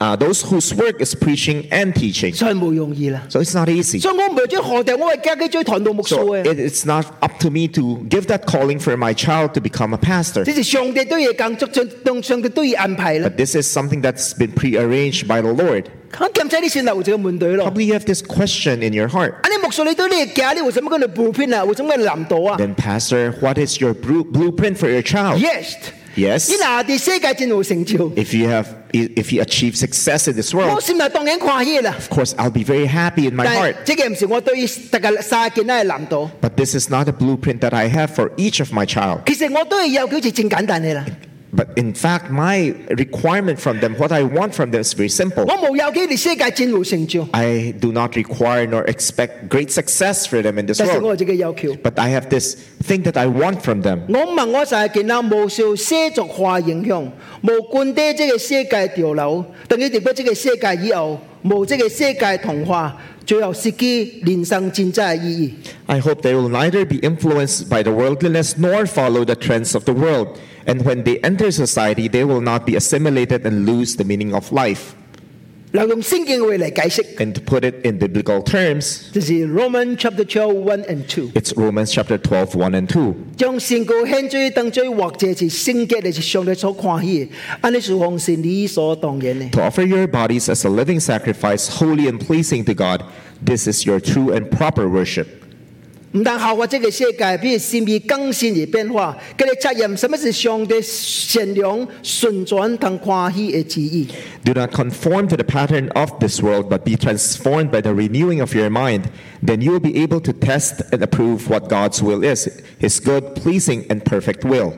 uh, those whose work is preaching and teaching.
所以冇容易啦。
So it's not easy.
所以我唔係追何定，我係家己追堂道牧師
So
嘅。
it, it's not up to me to give that calling for my child to become a pastor.
即是上帝都要更足，上上帝都要安排啦。
But this is something that's been prearranged by the Lord.
咁咁使你先留住個門隊咯。
Probably you have this question in your heart.
啊，你牧師你對呢個家，你為什麼跟你布片啊？為什麼跟你難度啊
Then, Pastor, what is your bru- blueprint for your child?
？Yes，
Yes.
你嗱啲世界真好成就。
If you have, if you achieve success in this
我
world,
心內當然跨喜啦，
of course, I'll be very happy in my
但係
heart.
即係唔是我對大家三件咧難度。
But this is not a blueprint that I have for each of my child.
其實我都係有幾次正簡單嘅啦，
But in fact, my requirement from them, what I want from them, is very simple.
我冇有幾啲世界真好成就，
I do not require nor expect great success for them in this
但是我有
world.
自己要求。
But I have this thing that I want from them.
我問我就係見到無少世俗化影響，無管低即個世界潮流，等佢哋不即個世界以後，無即個世界同化，最後失去人生真正嘅意義。
I hope they will neither be influenced by the worldliness nor follow the trends of the world. And when they enter society, they will not be assimilated and lose the meaning of life.
嗱，用聖經嘅話嚟解釋，
And to put it in biblical terms,
就是 Roman chapter twelve one and two，
it's Romans chapter 12, 1 and 2.
將善告獻罪當罪或者是聖潔，係上帝所歡喜嘅，安尼是奉是理所當然嘅。
To offer your bodies as a living sacrifice, holy and pleasing to God, this is your true and proper worship.
唔但效法即個世界，比如善意更善而變化，佢哋責任什麼是上帝善良、順轉同歡喜嘅旨意。
Do not conform to the pattern of this world, but be transformed by the renewing of your mind. Then you will be able to test and approve what God's will is, his good, pleasing, and perfect will.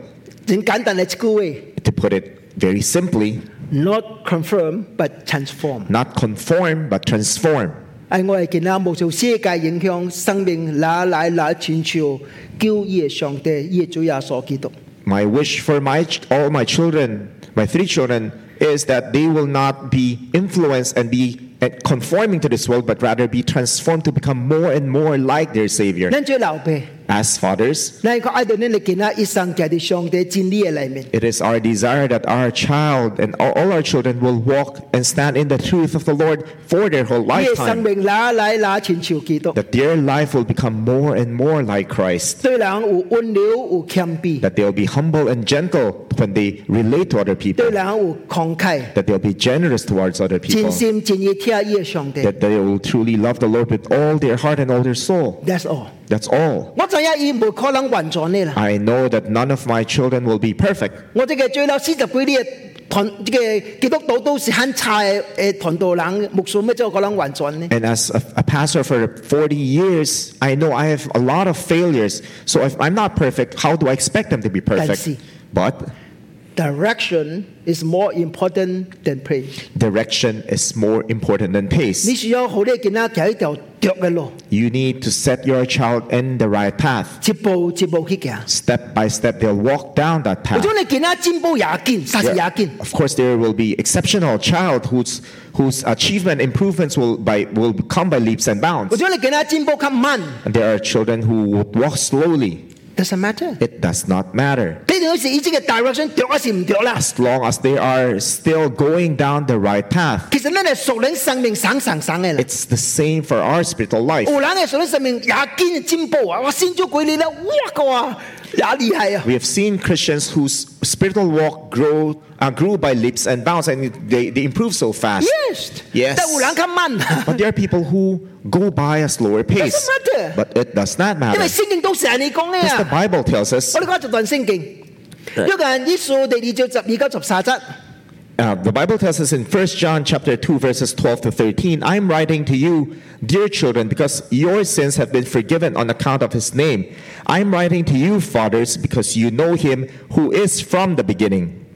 很簡單嘅一句
To put it very simply,
話，not confirm but transform。
not conform, but transform.
係哎我係見到無數世界影響生命，哪來哪全球，叫耶上帝耶主耶穌基督。
My wish for my ch- all my children, my three children, is that they will not be influenced and be uh, conforming to this world, but rather be transformed to become more and more like their Savior.
咱做老爸，
As fathers,
咱個愛到恁嚟見到一生在啲上帝真理嘅裏面，
It is our desire that our child and all all our children will walk and stand in the truth of the Lord for their whole
耶生
lifetime.
命哪來哪全球基督，
That their life will become more and more like Christ.
對人有溫柔有謙卑，
That they'll be humble and gentle when they relate to other
對
people.
人有慷慨，
That they'll be generous towards other
真
people.
心真意聽疼伊嘅上帝。
that they will truly love the Lord with all their heart and all their soul.
That's all。
That's all.
我知影伊無可能完全嘅啦。
I know that none of my children will be perfect.
我即個最老四十幾年嘅團，即個基督徒都是很差嘅誒團道人，牧師咩做可能完全呢？
And as a, a pastor for 40 years, I know I have a lot of failures. So if I'm not perfect, how do I expect them to be
see.
perfect? But
Direction is more important than praise。
direction is more important than
你
pace.
需要好你嘅囡仔行一條着嘅路，
You need to set your child in the right path.
一步一步去
啊
行。
Step by step, they'll walk down that
我
path.
講你囡仔進步也緊，實是也
Yeah.
緊。
Of course, there will be exceptional child whose whose achievement improvements will by will come by leaps and
我
bounds.
講你囡仔進步較慢
And there are children who would walk slowly.
，doesn't matter。
It does not matter
呢條是以前嘅 direction 着還是唔着啦？
as long as they are still going down the right path.
其實咱嘅屬靈生命省省省嘅啦。
It's the same for our spiritual life.
有人嘅屬靈生命也堅進步啊！我先做幾年啦，哇個啊，也厲害啊！
We have seen Christians whose spiritual walk grow uh, grew by leaps and bounds, and they, they improve so fast.
Yes.
Yes.
但有人較 慢，因
But there are people who go by a slower pace.
Doesn't matter.
But it does not
為
matter.
聖經都成日你講嘅
Because the
啊。
Bible tells us
我哋講一段聖經，約翰一書第二章十二到十三節。
Uh, the Bible tells us in 1 John chapter 2 verses 12 to 13, I'm writing to you, dear children, because your sins have been forgiven on account of his name. I'm writing to you, fathers, because you know him who is from the beginning.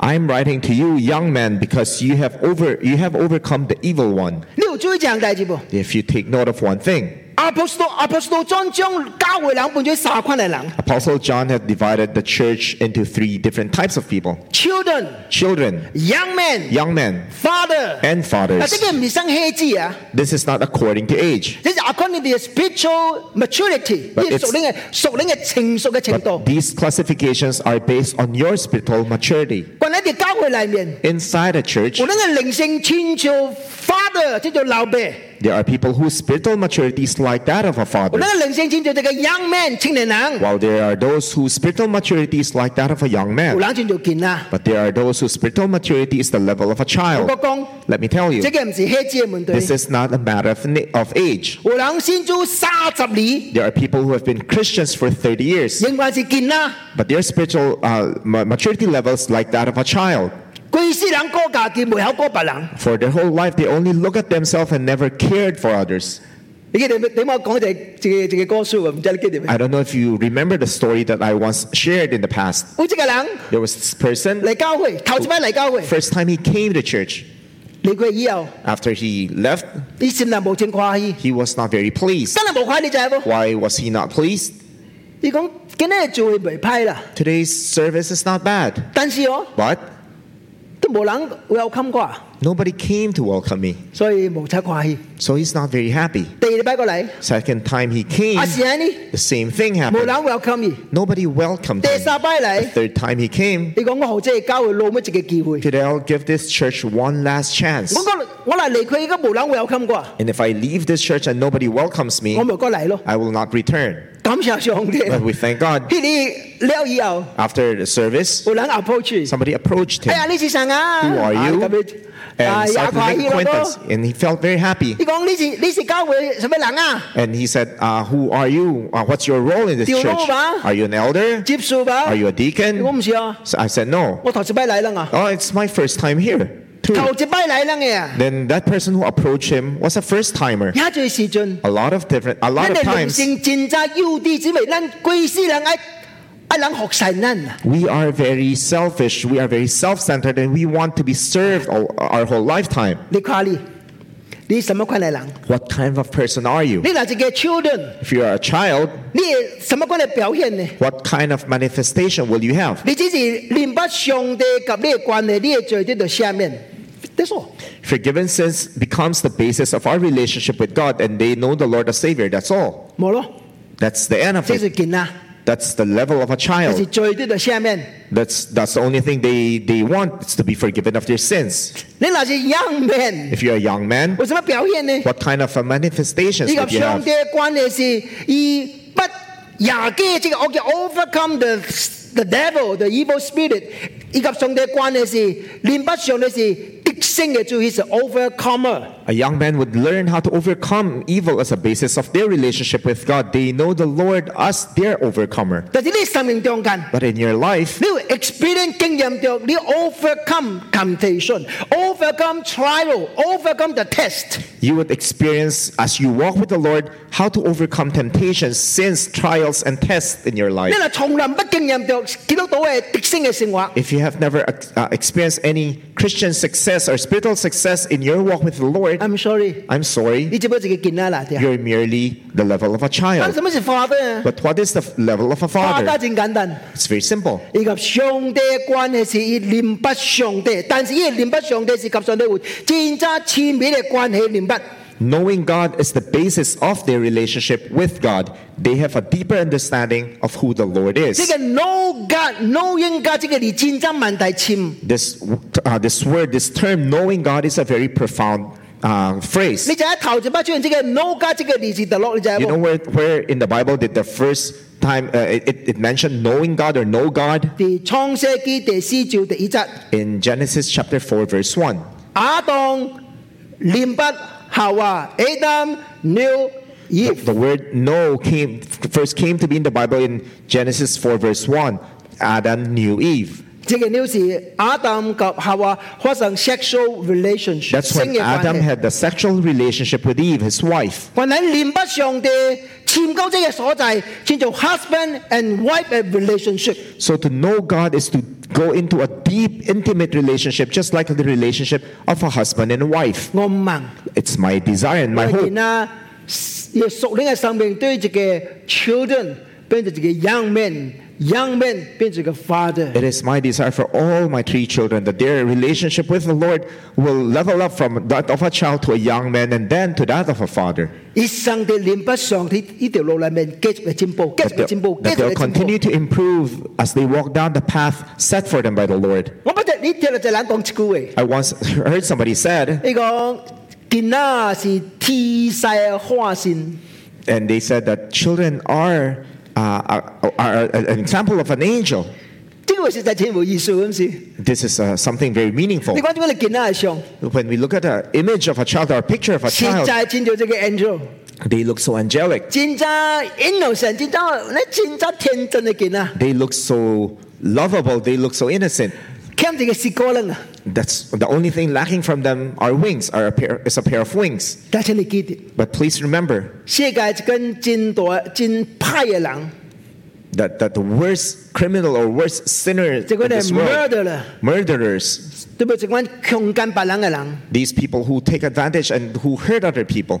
I'm writing to you, young men, because you have over you have overcome the evil one.
你有注意一樣代志無？
If you take note of one thing,
阿波士多阿波士多將將教會人分做三款嘅人
Apostle John had divided the church into three different types of people:
：children、
children,
young men、
young men,
father。
and
嗱，呢
fathers.
個唔係生氣字啊！
This is not according to age.
呢就 according to your spiritual maturity，
But
呢
it's-
屬靈嘅屬靈嘅成熟嘅程
But
度。
these classifications are based on your spiritual maturity.
關喺啲教會裏面。
Inside a church,
我哋嘅靈性遷就 father，即做老爸；
there are people whose spiritual maturity is like that of a
我
father,
哋嘅靈性遷就這個 young man 青年人，
while there are those whose spiritual maturity is like that of a young
有
man.
人遷就健啦。
But there are those whose spiritual maturity is the level of a
我
child.
講，
Let me tell you,
這個唔是黑子嘅問
this
題。
is not a matter of, na- of age.
有人先做三十年，
There are people who have been Christians for 30 years,
仍然是健啦。
but their spiritual uh, ma- maturity level is like that of a child.
佢世人過家己，未考過別人。
For their whole life, they only look at themselves and never cared for others.
你記得你你冇講就係自己自己歌書喎，唔知你記得未？
I don't know if you remember the story that I once shared in the past.
有一個人
There was this person,
嚟教會，頭一擺嚟教會，
first time he came to church,
嚟佢以後，
after he left,
你心內無情快喜，
he was not very pleased.
真係無快你就係喎。
Why was he not pleased?
你講今日做會未批啦，
Today's service is not bad,
但是哦
but
都冇人會有襟過，
nobody came to welcome me,
所以無差快喜。
so he's not very happy.
第二禮拜過嚟。
Second time he came,
阿是安呢，
the same thing
無
happened.
人 welcome 伊。
Nobody welcomed
第
him.
三擺
The
嚟，
third time he came,
你講我何止係教會老乜一個機會？
today I'll give this church one last chance.
我講我嚟離開，而家無人 welcome 過，
And if I leave this church and nobody welcomes
我
me,
咪過嚟咯。
I will not return.
感謝上帝。
But we thank God
佢哋了以後，
After the service,
無人 approach。
somebody approached
哎呀，
him
你是神啊
Who are you？
啊咁樣
and
哎呀，
started making
快啲咯
acquaintance, and he felt very happy.
你講你是你是教會什麼人啊？
And he said, uh, "Who are you? Uh, what's your role in this
Do you know
church?
ba?
Are you an elder?
接受吧
Are。you a
我唔
deacon?"
是啊，
So I said, "No.
我頭一擺嚟啦我，
Oh, it's my first time here." Too.
頭一擺嚟啦嘅，
Then that person who approached him was a first timer.
也最時盡。
A lot of different, a
咱嘅
lot of
靈
times
性盡在優點之美，咱貴死人愛愛人學神咱啊。
we are very selfish. We are very self-centered, and we want to be served all, our whole lifetime.
你看你，你什麼款嘅人？
What kind of person are you?
你嗱自己 children，
If you are a child,
你係什麼款嘅表現呢？
what kind of manifestation will you have?
你只是連不上帝及你嘅關係，你嘅罪得到赦免。That's all。
Forgiven sins becomes the basis of our relationship with God, and they know the Lord as Savior. That's all.
冇咯，
That's the end of
這是
it.
勁啊！
That's the level of a
這是
child.
罪得到赦免。
That's that's the only thing they, they want is to be forgiven of their sins.
你嗱是 young man，
If you're a young man,
有什麼表現呢？
what kind of a manifestations
你
would
及
you
上
have?
帝嘅關係是以不廿幾即個我叫 overcome the the devil the evil spirit，以及上帝嘅關係是連不上帝是得勝嘅主，佢是 overcomer。
A young man would learn how to overcome evil as a basis of their relationship with God. They know the Lord as their overcomer.
但是你生命中間，
But in your life,
你會 experience 經驗到你 overcome temptation，overcome trial，overcome the test。
you would experience as you walk with the Lord how to overcome temptations, sins, trials, and tests in your
你
life.
係從來不經驗到基督徒嘅極星嘅生活。
If you have never uh, experienced any Christian success or spiritual success in your walk with the Lord,
I'm sorry，
I'm
你
sorry,
只不過自己見啦嗱啲啊。
you're merely the level of a
咁
child.
什麼是化得啊？
But what is the f- level of a
化得
father?
正簡單。
It's very simple.
以及上帝嘅關係是以念不上帝，但是呢念不上帝是及上帝會戰爭千面嘅關係念不。
Knowing God is the basis of their relationship with God. They have a deeper understanding of who the Lord
呢
is.
個 no God no 應God 即係離戰爭問題潛。
This, uh, this word, this term, knowing God, is a very profound uh, phrase.
你就喺頭就不出現即係 no God 即係離字特落，你就係
You know
喎
where, where in the Bible did the first time uh, it, it- it mentioned knowing God or know God?
第創世記第四章第二節，
In Genesis chapter 4, verse 1.
亞當念不夏娃 Adam knew
The,
Eve。
the word know came first came to be in the Bible in Genesis 4, verse 1. Adam knew Eve.
即係 new 是亞當及夏娃發生 sexual relationship，
That's
性嘅
when
關
Adam
係。
had the sexual relationship with Eve, his wife.
但喺念不上帝潛高者嘅所在，叫做 husband and wife 嘅 relationship。
So to know God is to go into a deep, intimate relationship, just like the relationship of a husband and a wife.
我唔明，
It's my desire and my
當
hope.
然啦，要熟呢嘅生命對自己嘅 children 變成自己 young man，young man 變成個 father。
It is my desire for all my three children that their relationship with the Lord will level up from that of a child to a young man and then to that of a father.
一生嘅念不上帝呢條路裏面，繼續嘅進步，繼
That
續嘅
they'll,
進步，繼續
that
嘅
they'll
進
continue
步。
to improve as they walk down the path set for them by the Lord.
我不知呢條就懶講一句嘅。
I once heard somebody said,
你講見啦是天細花線，
and they said that children are, uh, are, are an example of an angel.
呢個實在挺有意思咁是。
This is uh, something very meaningful.
你講點解你見啦係上？
When we look at an image of a child or a picture of a
现
child,
在见到这个 angel，
they look so angelic.
见在 innocent，见在你见在天真的见啊，
They look so lovable. They look so innocent.
欠这个是个人啊，
That's the only thing lacking from them are wings, are a pair, is a pair of wings.
但是你记得，
But please remember
世界跟真大真派嘅人，
that, that the worst criminal or worst sinner
这
in
个人
this world,
murder 啦，
murderers,
对不？这款强奸别人嘅人，
these people who take advantage and who hurt other people,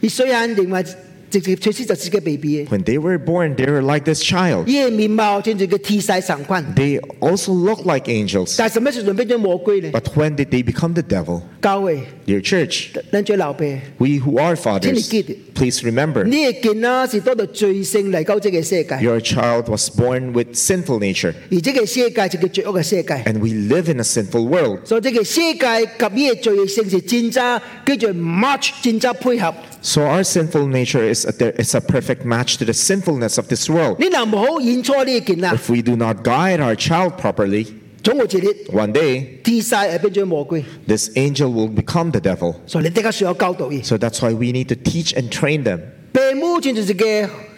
伊虽然另外直接出世就自己 baby 嘅，
when they were born, they were like this child.
伊嘅面貌跟这个天使相关，
They also look like angels.
但系什么时候变咗魔鬼呢？
But when did they become the devil?
教会，
Dear church,
咱做老爸，
we who are fathers,
Tinigid.
please remember
你嘅见啦是多到罪性嚟到这个世界，而
your child was born with sinful nature,
这个世界是个罪恶嘅世界。
and we live in a sinful world.
所以呢個世界及呢個罪性是戰爭，叫做 match 戰爭配合。
So our sinful nature is a, is a perfect match to the sinfulness of this world.
你能唔好演錯呢件啊？
If we do not guide our child properly,
總有一日
one day
天使係變咗魔鬼，
this angel will become the devil.
所以你即刻需要教導佢。
So that's why we need to teach and train them.
父母轉做自己，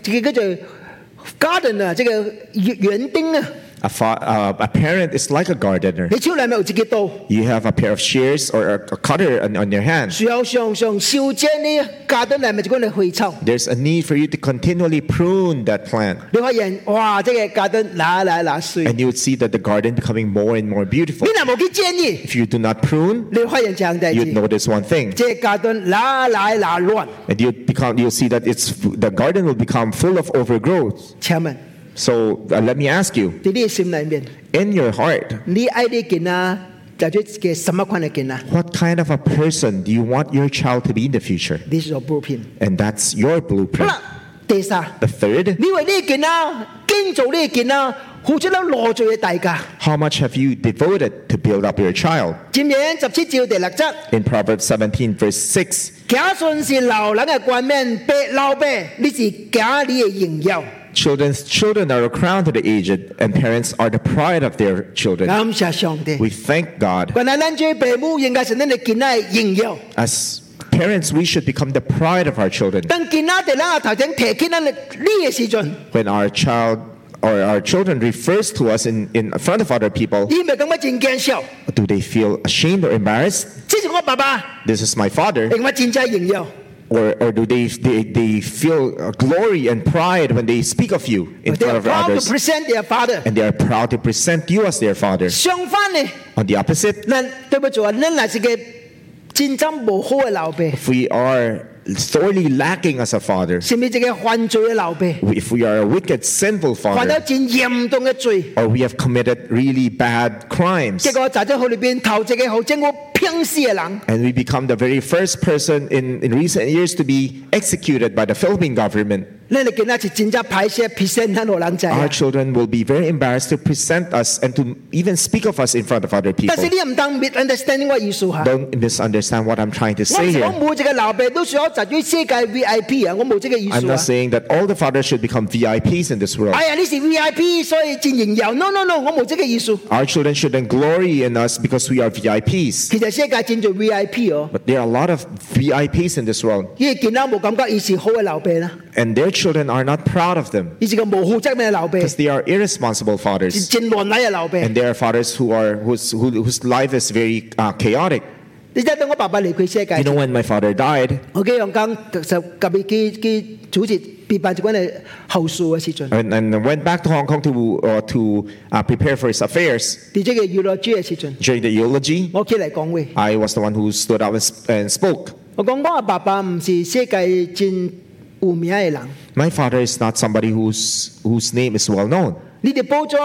自己叫做 garden 啊，即個園丁啊，
A, fa- uh, a parent is like a gardener.
你手裏面有自己刀，
You have a pair of shears or a, a cutter on, on your hand.
需要常常修剪呢 garden 裏面就講嚟回抽。
There's a need for you to continually prune that plant.
你發現哇，即個 garden 嗱嗱嗱水，
And you would see that the garden becoming more and more beautiful.
你能冇去剪呢？
If you do not prune,
你發現正地
you'd
子，
notice one thing.
即 garden 嗱嗱嗱亂。
And you become you'll see that it's the garden will become full of overgrowth.
請問，
So uh, let me ask you,
喺你嘅心裏面？
in your heart,
你愛啲囡仔，就做自己什麼款嘅囡仔
what kind of a person do you want your child to be in the future?
？This is your blueprint。
And that's your
好
blueprint.
啦，第三，
The third,
你為呢啲囡仔，建造呢啲囡仔，付出咗羅罪嘅代價。
how much have you devoted to build up your child?
箴言十七章第六節，
In Proverbs 17, verse 6,
假信是流人嘅冠冕，白流白，你是假你嘅榮耀。
children's children are a crown to the aged, and parents are the pride of their children.
感謝上帝。
We thank God.
原來咱做父母應該是咱嘅囡仔嘅榮耀。
As Parents, we should become the pride of our children.
當見啊，哋啦頭先提起咱呢嘅時陣，
When our child or our children refers to us in, in front of other people,
伊咪感覺真驚笑。
do they feel ashamed or embarrassed?
即是我爸爸，
This is my father.
令我真正榮耀。
Or, or do they, they, they feel uh, glory and pride when they speak of you in
They
front
are
of
proud to
others?
present their father。
And they are proud to present you as their father.
相反呢，
On the opposite,
咱對不住啊，咱係是個真正無好嘅老爸，
if we are sorely lacking as a father,
甚至一個犯罪嘅
哦
老爸，
if we are a wicked, sinful
犯
father,
咗真嚴重嘅罪。
or we have committed really bad crimes,
结果在咗佢里边头一个号称我偏私嘅人，
and we become the very first person in, in recent years to be executed by the Philippine government,
你哋见到是真正排泄 present 喺度人啊仔。
our children will be very embarrassed to present us and to even speak of us in front of other
但是
people.
你唔当 misunderstand 我意思吓。
Don't misunderstand what I'm trying to
我唔
say
是
here.
讲每一个老爸都想集於世界 VIP 啊，我冇呢個意
I'm
思
not
啊。
saying that all the fathers should become VIPs in this world.
哎呀，你是 VIP，所以真榮耀。No no no，我冇呢個意思。
Our children shouldn't glory in us because we are VIPs.
其實世界真做 VIP 哦，
But there are a lot of VIPs in this world,
因為見到冇感覺，伊是好嘅老爸啦，
and their children are not proud of them
伊是個無負責任嘅老爸，
because they are irresponsible
是
fathers.
真亂嚟嘅老爸。
And there are fathers who are whose, who, whose life is very uh, chaotic.
你知道我爸爸離開世
You
界
know, when my father died,
我幾樣間就特別佢佢好似變辦一關嘅後事嘅時陣。
and, and went back to Hong Kong to uh, to uh, prepare for his affairs
伫即個娛樂主嘅時陣，
during the eulogy.
我起嚟講話，
I was the one who stood up and sp- and spoke.
我講我阿爸爸唔是世界真有名嘅人，
My father is not somebody whose whose name is well known.
你哋報咗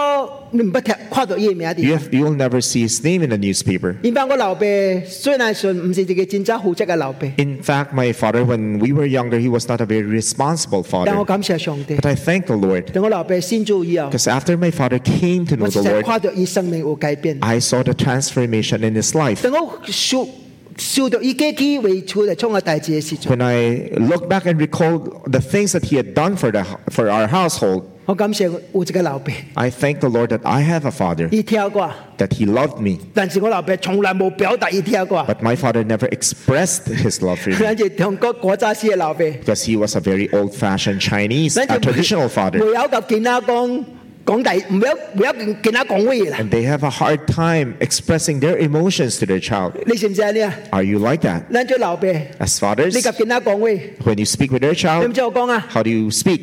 你唔捌聽看到伊嘅名
You
字。
have, you'll never see his name in the newspaper.
因為我老爸雖然算唔是一個真正負責嘅老爸，
In fact, my father, when we were younger, he was not a very responsible
但我
father.
感謝上帝
But，I thank the Lord
等我老爸先做以後，
because after my father came to know
我
the
實在
Lord,
看到伊生命有改變。
I saw the transformation in his life.
等我受受到伊家己為出嚟創嘅代志嘅時陣，
When I look back and recall the things that he had done for the for our household,
我感謝有一個老爸，
I thank the Lord that I have a father,
伊聽過，
that he loved me.
但是我老爸從來冇表達伊聽過。
But my father never expressed his love for me
咱是中國古早時嘅老爸。
because he was a very old-fashioned Chinese, a
咱就
traditional father.
唔有及見阿講講第，唔有唔有見見阿講威啦。
and they have a hard time expressing their emotions to their child.
你是唔是你啊？
Are you like that?
咱做老爸，
As fathers,
你及見阿講威，
when you speak with your
你唔
child,
知我講啊？
how do you speak?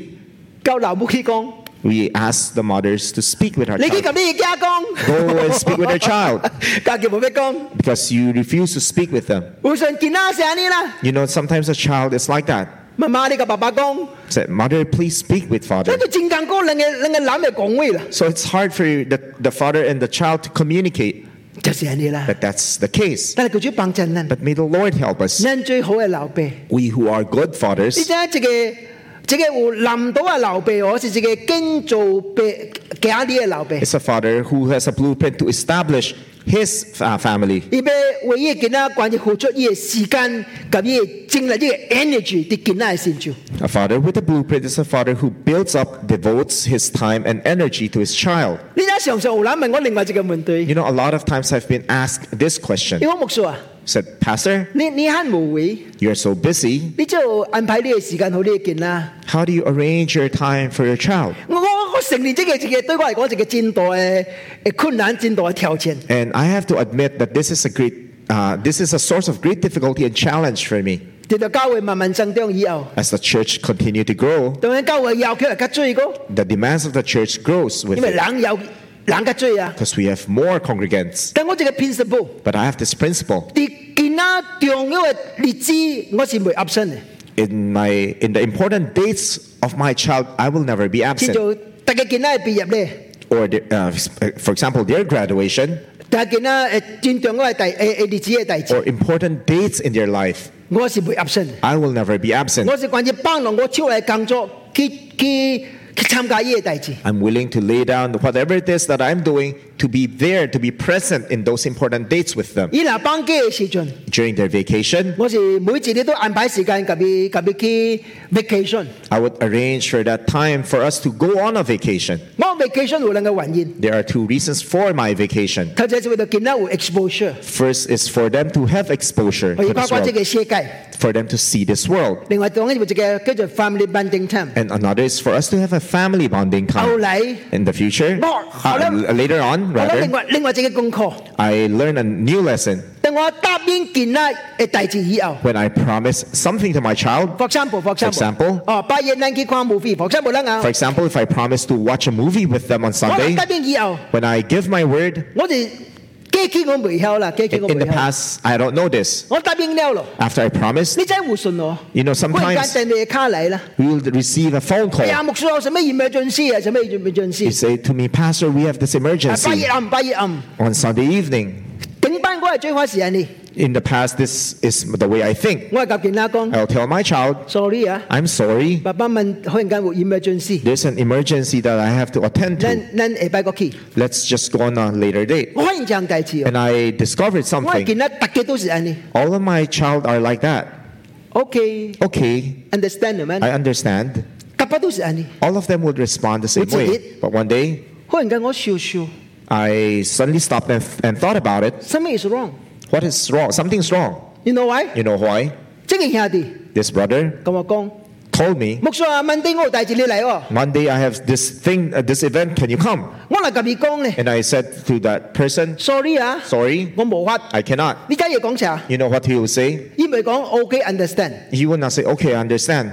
教老母去講，
We ask the mothers to speak with our
你去及
child.
你而家
Go and
講，
speak with your child
家己冇咩講。
because you refuse to speak with them.
我想見阿是安尼啦，
You know, sometimes a child is like that.
媽媽你及爸爸講，
Said, Mother, please speak with
呢
father.
個真間哥兩個兩個男嘅講威啦，
So it's hard for you- the, the father and the child to communicate
就是安尼啦。
that that's the case.
但係佢主幫襯咱，
But may the Lord help us.
咱最好嘅老爸，你
We who are good fathers,
知道一個一個有諗到嘅老爸，我是一個建造爸家啲嘅老爸。
is a father who has a blueprint to establish his uh, family.
伊要为伊囡仔关注付出伊嘅时间，甲伊嘅精力、伊嘅 energy 伫囡仔嘅身上。
A father with a blueprint is a father who builds up, devotes his time and energy to his child.
你知常常有人问我另外一个问题，
You know, a lot of times I've been asked this
伊
question.
讲牧师啊，
Said, Pastor,
你你很无为，
you're so busy.
你只有安排你嘅时间互你嘅囡仔。
How do you arrange your time for your child?
我我我承认即个一个对我嚟讲一个真大嘅嘅困难、真大嘅挑戰。
And I have to admit that this is a great, uh, this is a source of great difficulty and challenge for me.
直到教會慢慢增長以後，
As the church continues to grow,
當然教會要求係較追個，
the demands of the church grows with
因為
it
人有人較追啊。
because we have more congregants.
但我一個 principle，
But I have this principle
啲囡仔重要嘅日子，我是袂 absent 嘅。
in my in the important dates of my child, I will never be
至
absent.
少大家囡仔嘅畢業咧。
or the, uh, for example their graduation
但係呢，誒呃尊重我嘅大誒誒日子嘅大志，
or important dates in their life
我是唔 absent 嘅。
i will never be absent
我是關於幫助我超嘅工作去去去參加呢個大志。
i'm willing to lay down whatever it is that i'm doing to be there, to be present in those important dates with them.
伊若放假嘅時陣，
During their vacation,
我是每一日都安排時間，甲伊甲伊去 vacation。
I would arrange for that time for us to go on a vacation.
我 vacation 有兩個原因，
There are two reasons for my vacation.
特別是為咗囡仔有 exposure，
First is for them to have exposure
可以
to
包
this
括即
world,
個世界。
for them to see this world.
另外，當然就一個叫做 family bonding time。
And another is for us to have a family bonding
後
time.
來
In the future,
More.
uh, l- later on,
我諗
rather,
另外另外一個功課，
I learned a new lesson
當我答應囡仔嘅代志以後。
when I promise something to my child.
For example, for example.
example?
哦，八月咱去看 movie。For example 啦，
For
我
example, if I promise to watch a movie with them on
我
Sunday,
答應以後，
when I give my word,
我哋假期我未曉啦，假期
in
我
in
未
the
曉。
past, I don't know this.
我答應了咯，
After I promised,
你真係唔信我。
you know,
忽然間
sometimes
電話卡嚟啦，
we will receive a phone
哎呀，
call.
牧師有什麼 emergency 啊？什麼
You
emergency？
say to me, Pastor, we have this
啊八月
emergency
暗，八月暗，
on Sunday evening.
頂班嗰日最開時間你，
In the past, this is the way I think.
我係甲健仔講
I'll tell my child,
，sorry 啊，
I'm sorry.
爸爸問忽然間有 emergency，
There's an emergency that I have to attend to.
咱咱下擺個去。
Let's just go on a later date.
我發現這樣代志哦，
And I discovered
我係
something.
健仔特嘅都是安尼。
All of my child are like that.
OK，understand
Okay,
man，
I understand.
特別都是安尼。
All of them would respond the same
Which is
way.
it?
But one day,
忽然間我笑笑。
I suddenly stopped and, and thought about it.
Something is wrong.
What is wrong? Something's wrong.
You know why？
You know why?
即個兄弟
This brother
咁我講，
told me
牧師啊，問啲我有大事你嚟喎。
Monday I have this thing, uh, this event. Can you come?
我嚟及你講咧
And I said to that person,
，sorry 啊，
Sorry,
我無法。
I cannot.
呢家嘢講啥？
You know what he will say?
伊咪講 OK understand，
He will not say, Okay, I understand.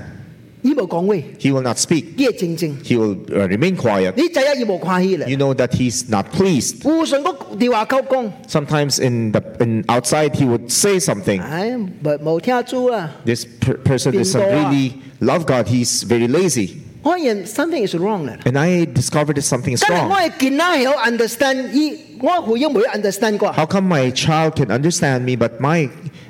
伊冇講喂，
He will not speak.
伊係正正。
He will uh, remain quiet.
你仔啊，伊冇看起咧。
You know that he's not pleased.
互信嗰電話溝講，
Sometimes in the in outside he would say something.
唉，冇冇聽主啊。
This per- person doesn't
Pindoa.
really love God. He's very lazy.
我認 something is wrong 啦。
And I discovered that something is
今日我
wrong.
係見啦，有 understand，伊我回應冇 understand 過。
How come my child can understand me, but my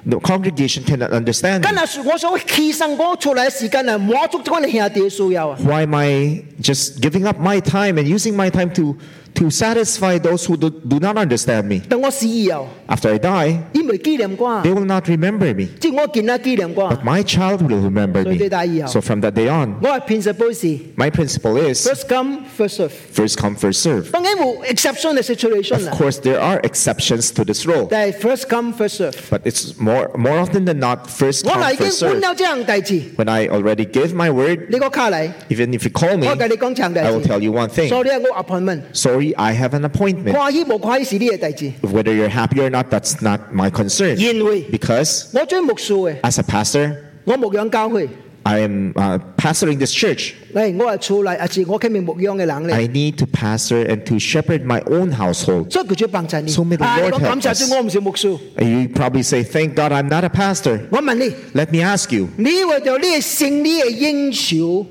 the congregation cannot understand
今
me?
日我想犧牲我出嚟嘅時間啊，滿足咗我哋兄弟嘅需要啊。
Why am I just giving up my time and using my time to, to satisfy those who do, do not understand me?
但我啊死以後，
After I die,
伊咪紀念我啊
they。will not remember me.
即係我見啦紀念我啊。
But my child will remember me.
So,
So from that day on,
我係 principle 是
my principle is
first come first serve。
first come, first serve.
當然冇 exception 嘅 situation
Of
啦，
course, there are exceptions to this rule,
但係 first come first serve。
but it's more, more often than not first
我
come,
嚟已經
first
揾
serve.
咗這樣弟子，
When I already give my word,
你個卡嚟，
even if you call me,
我同你講長
I will
弟子。
tell you one thing.
所以啊我 appointment，
Sorry, I have an appointment.
跨起冇跨起是呢個弟
Whether you're happy or not, that's not my concern.
子。因為
Because
我追牧師嘅，
as a pastor,
我牧養教會，
I am uh, pastoring this church.
嚟哎我係處理，也是我肯定牧養嘅人咧。
I need to pastor and to shepherd my own household.
所以佢主幫襯你。
So may the
啊，你
Lord
講
help
感謝
us.
主，我唔是牧師。
And you probably say, Thank God I'm not a pastor.
我問你，
Let me ask you
你為咗呢個勝利嘅應許，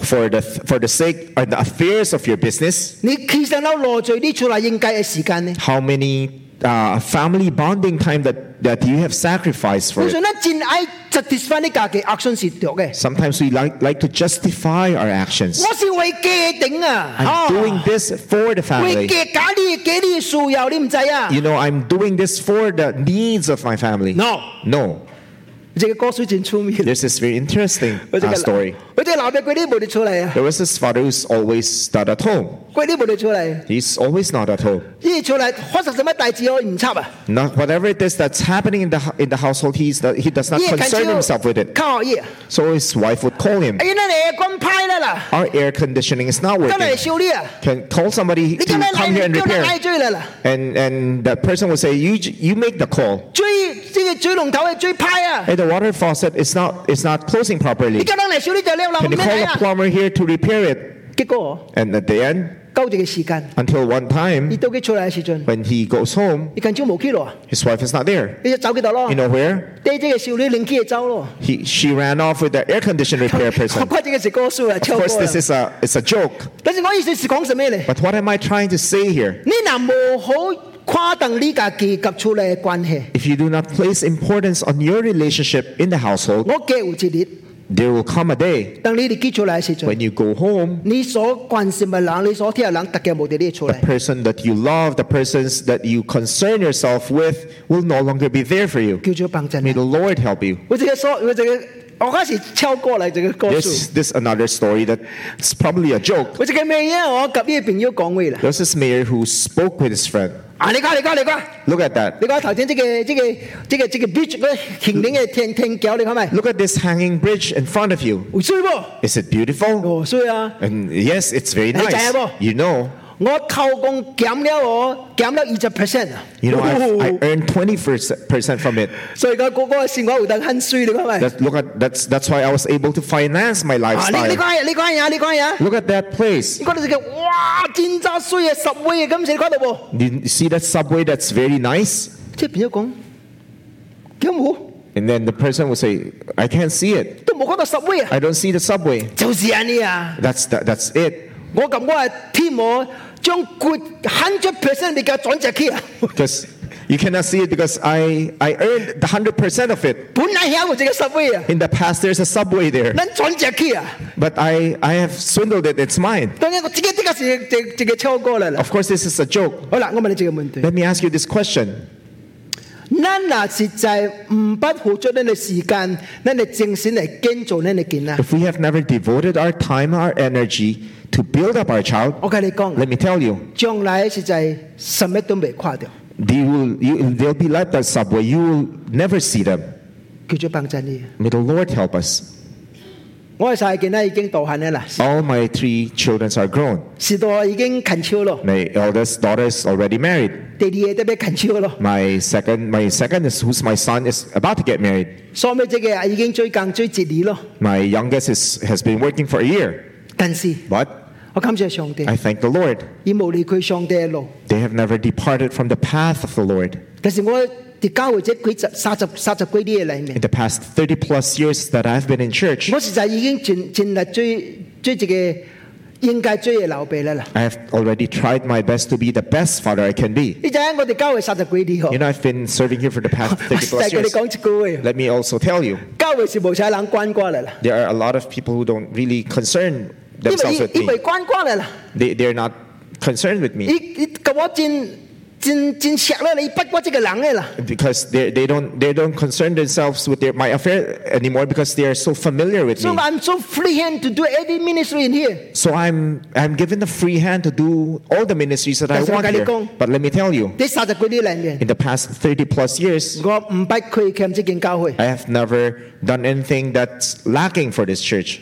for the, for the sake or the affairs of your business,
你犧牲咗羅罪呢處理應計嘅時間呢？
how many uh, family bonding time that, that you have sacrificed for
我
it?
想咧，真愛 satisfy 呢價嘅 action 是弱嘅。
Sometimes we like, like to justify our actions.
我是為嘅頂啊，
I'm
啊
doing this for
為
the family.
嘅假啲嘅啲需要，你唔知啊？
You know, I'm doing this for the needs of my family.
No.
No.
呢個歌水真出名。
There's this very interesting
我
uh,
只個
story.
我只老伯佢啲冇得出嚟啊，
There was this father who's always not at home.
佢啲冇得出嚟，
He's always not at home.
呢出嚟發生什麼大事我唔插啊，
Not, whatever it is that's happening in the, hu- in the household, he's not, he does not
呢
concern himself with it.
哦靠嘢，
So his wife would call him.
哎呀，你咁派啦啦，
Our air conditioning is not
今嚟
working.
修理啊，
Can call somebody
你
to
今日
come here
嚟，
and
你今日
repair.
嚟追啦啦，
And, and that person will say, you, j- you make the call.
追呢個追龍頭係追派啊，
And the water faucet is not, is not closing
你
properly.
今日嚟修理就叻啦，唔
Can
咩
you call
嚟
a
啊？
plumber here to repair it?
結果
And at the end,
交住嘅時間，
until one
你
time,
到佢出嚟嘅時陣，
when he goes home,
你今朝冇去咯，
his wife is not there.
你就走幾度咯
You？know where?
爹姐嘅少女領機就走咯。
He, she ran off with the air condition repair
我
person.
關這個是歌數啦，
Of
跳過
course, this
啦。
is a, it's a joke.
啊但是我意思是講什麼呢？
But what am I trying to say here?
你若無好跨等呢家己及出嚟嘅關係，
If you do not place importance on your relationship in the household,
我嘅有一日，
there will come a day
當你哋結出嚟嘅時候，
when you go home,
你所關心嘅人，你所聽嘅人，特嘅目的你出
the
嚟。
person that you love, the persons that you concern yourself with, will no longer be there for you.
叫做幫襯
May
你。
the Lord help you.
我这个说，我这个我開始超過嚟這個歌數。
This this another story that's probably a joke.
我這個咩嘢？我及呢個朋友講話啦。
There's this mayor who spoke with his friend.
啊，你講，你講，你講，
Look at that.
你講頭先這個、這個、這個、這個 beach 嗰個形影嘅
Mm
天天橋，你睇咪？
Look at this hanging bridge in front of you.
有水不？
Is it beautiful?
哦，水啊！
And yes, it's very
Hey,
nice.
Jabo.
You know,
我偷工減了我減了二十 percent 啊！
you know, I, I earned twenty percent from it.
所以講嗰個線我會等很衰，你睇咪？
That, look at that's that's why I was able to finance my Mm
啊，你你
lifestyle.
講嘢，你講嘢，你講嘢。啊
Look at that place.
你覺得這個哇戰爭衰啊十威啊咁，你覺得冇？
Do You see that subway that's very nice?
即係變咗講，有冇
And then the person will say, I can't see it.
都冇講到十威啊！
I don't see the subway.
就是咁啲啊！
That's that, that's it.
我咁我係天我將 good hundred percent 你嘅轉隻去啊！
Because you cannot see it because I, I earned the hundred percent of it.
本來有我這個十威啊，
In the past there's a subway there.
能轉隻去啊！
But I, I have swindled it, it's mine.
當然我自己即刻是直直接超過嚟啦。
Of course this is a joke.
好啦，我問你這個問題：，
Let me ask you this question.
咱若實在唔不付出你嘅時間，你嘅精神嚟建造你嘅健啊！
If we have never devoted our time, our energy to build up our child,
我跟你講，啊
let me tell you,
將來實在什麼都未跨掉，
they will, you, they'll be like that subway. You will never see them.
叫做幫襯你。啊
May the Lord help us.
我嘅細件咧已經到限啦，
All my three children are grown.
士多已經近超咯，
My eldest daughter is already married.
第二嘢特別近超咯，
My second, my second is who's my son is about to get married.
所尾即嘅已經追近追節年咯。
My youngest is, has been working for a year,
但是
but
我感謝上帝，
I thank the Lord.
已無離佢上帝嘅路。
They have never departed from the path of the Lord.
但是我哋教會即幾十、三十、三十幾啲嘢裡面
In，the past 30 plus years that I've been in church,
我實在已經盡盡力追追自己應該追嘅流弊啦啦。
I have already tried my best to be the best father I can be.
你睇我哋教會三十幾啲嗬
You，know, I've been serving here for the past
我
30
實 在
plus
佢哋
years.
講一句話，
Let me also tell you,
教會是無使人關關嚟啦，
there are a lot of people who don't really concern
因
themselves
為
with
因
me.
為關關嚟啦。
They, they're not concerned with me
你你咁我戰戰戰石啦，你不過即個人咧啦，
because they, they don't they don't concern themselves with their, my affair anymore because they are so familiar with
So
me.
I'm so free hand to do any ministry in here.
So I'm I'm given the free hand to do all the ministries that I
Kasi
want here.
nagkalikong.
But let me tell you,
呢三十幾啲裡面，
in the past 30 plus years,
我唔逼佢欠呢件教會，
I have never done anything that's lacking for this church.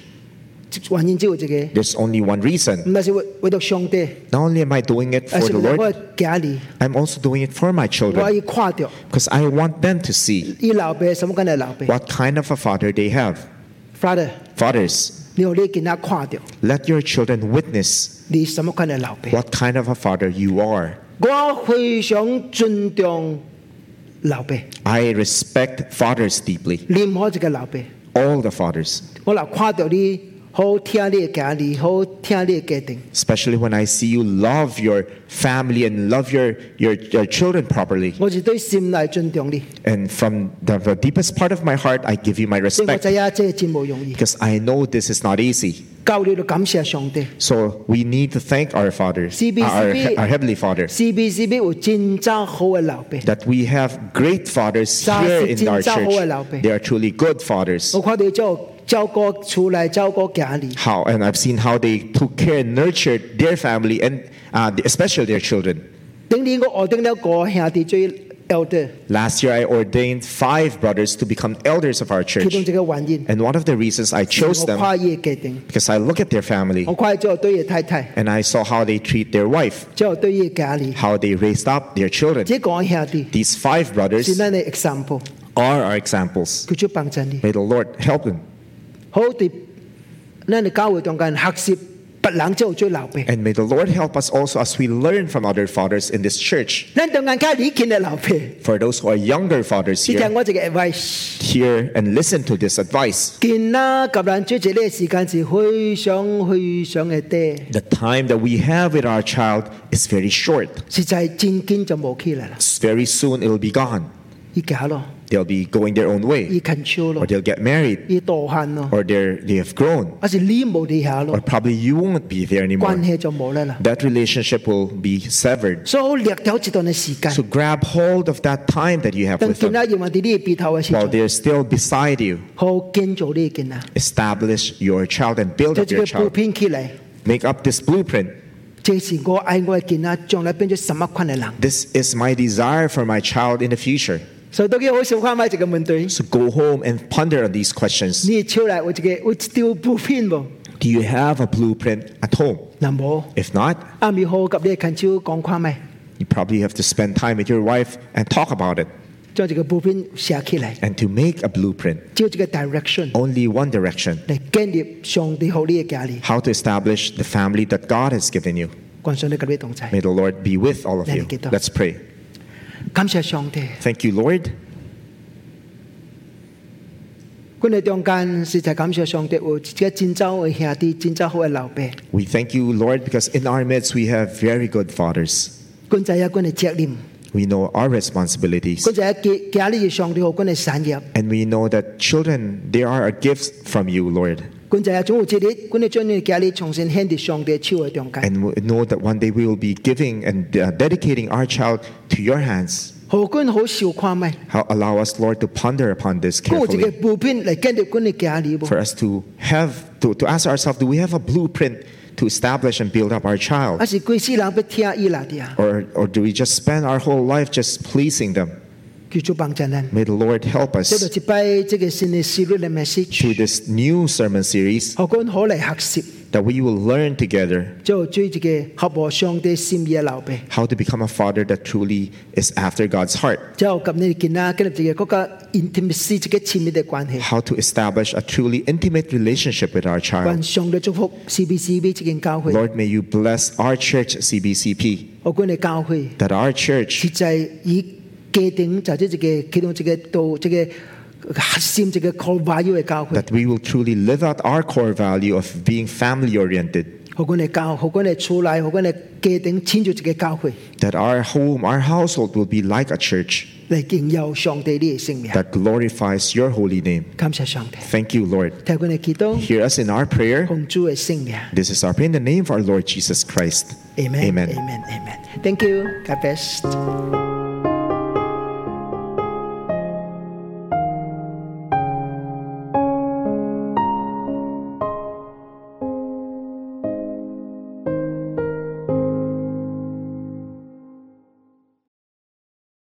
原因只有一個，
There's only one reason.
唔係是為為到上帝，
Not only am I doing it
而
for
是
the
為我
Lord,
嘅家裡，
I'm also doing it for my
我
children
要跨掉，
because I want them to see
依老爸什麼緊係老爸
what kind of a father they have.
，Father，
Fathers,
你讓呢件啊跨掉，
let your children witness
你什麼緊係老爸，
what kind of a father you are.
我非常尊重老爸，
I respect fathers deeply,
你唔可以個老爸，
all the fathers,
我若跨掉你，好聽你嘅家裡，好聽你嘅家庭，
especially when I see you love your family and love your, your, your children properly.
我是對心內尊重你，
And from the, the deepest part of my heart, I give you my
所以我
respect
知啊，真係真無容易，
because I know this is not easy.
教你就感謝上帝。
So we need to thank our Father,
CB,
our,
CB.
our Heavenly Father,
CBCB 有真正好嘅老爸，
that we have great fathers
Sa-
here in our
sa- Oh.
church.
sa-
They are truly good fathers.
我看到照照顧厝內照顧家裡，
How and I've seen how they took care and nurtured their family and uh, especially their children.
頂年我我頂了個兄弟最 elder，
Last year, I ordained five brothers to become elders of our
其中
church,
一個原因，
and one of the reasons I
我
chose
跨
them
越決定，
because I look at their family
我跨越咗對嘅太太，
and I saw how they treat their wife,
之後對嘅家裡，
how they raised up their children.
這個兄弟
These five
是
brothers
咱嘅 example，
are our examples.
佢做幫襯你，
May the Lord help them.
好對咱嘅教會中間學習別人做最老爸，
And may the Lord help us also as we learn from other fathers in this church.
咱中間加理見嘅老爸，
For those who are younger fathers
是聽
here,
我一個 advice。
hear and listen to this advice.
見啦，及咱最近呢個時間是非常非常嘅短。
The time that we have with our child is very short.
實在真緊就冇起來啦，
Very soon it'll be gone.
依家咯，
they'll be going their own way,
伊近超咯
or，they'll get married,
伊惰恨咯，啊
or they they have grown,
还是你冇地下咯
or，probably you won't be there
關
anymore.
係就冇啦啦。
That relationship will be severed.
所以好掠有一段嘅時間
So，grab hold of that time that you have
等
with
見
them
啊，要問啲呢鼻頭嘅時
while
候，
they're still beside you.
好建造呢件啊，
Establish your child and build
將
up
自
your
己鋪
child.
編起嚟。
Make up this blueprint.
正是我愛我嘅件啊，將來變咗什麼困嘅人。
This is my desire for my child in the future.
所以到佢好少翻埋一個問題，
So go home and ponder on these questions.
你超嚟我自己，我條鋪編喎，
Do you have a blueprint at home?
嗱冇。
If not,
阿咪好及你近超講跨咪，
you probably have to spend time with your wife and talk about it.
將自己鋪編寫起嚟，
And to make a blueprint,
照自己 direction
only one direction
嚟建立上帝好呢嘅家裏。
how to establish the family that God has given you.
關上帝嘅呢同仔，
May the Lord be with all of you.
Thank you.
Let's pray.
感謝上帝。
Thank you, Lord.
佢哋中間實在感謝上帝，有自己戰爭嘅兄弟，戰爭好嘅老爸，
We thank you, Lord, because in our midst we have very good fathers.
佢仔啊，佢哋責任，
We know our responsibilities.
佢仔啊，家家裏嘅上帝好，佢哋產業，
And we know that children, they are a gift from you, Lord.
佢仔啊，總有一日，佢哋將你家裏重新獻到上帝手嘅中間，
And we know that one day we will be giving and uh, dedicating our child to your hands.
何君好笑看咪？
How, allow us, Lord, to ponder upon this
佢有自己
carefully.
布片嚟建立佢哋家裏喎
For。us to have, to, to ask ourselves, do we have a blueprint to establish and build up our
啊
child?
是貴死人要聽伊拉啲啊，
Or, or do we just spend our whole life just pleasing them?
叫做幫助人。
May the Lord help
這就
us
一擺這個新的 series 的 message，
through this new sermon series
學官好嚟學習，
that we will learn together
就追一個合乎上帝心意嘅老爸，
how to become a father that truly is after God's heart,
就及你見啦，建立一個嗰個 intimacy 這個親密的關係。
how to establish a truly intimate relationship with our
願
child.
上帝祝福 CBCB 這間教會，
Lord, may you bless our church, CBCP,
學官嘅教會，
that our church
實在以家庭就即一個其中一個到這個核心這個 core value 嘅教會，
that we will truly live out our core value of being family oriented,
學官嘅教，學官嘅厝內，學官嘅家庭，遷就一個教會
that our home, our household will be like a church
嚟敬佑上帝呢個聖名。
that glorifies your holy name.
感謝上帝，
Thank you, Lord.
替佢哋祈禱。
Hear us in our prayer.
奉主嘅聖名
This is our prayer in the name of our Lord Jesus Christ.
，Amen，Amen，Amen
Amen.。
Thank you，God bless。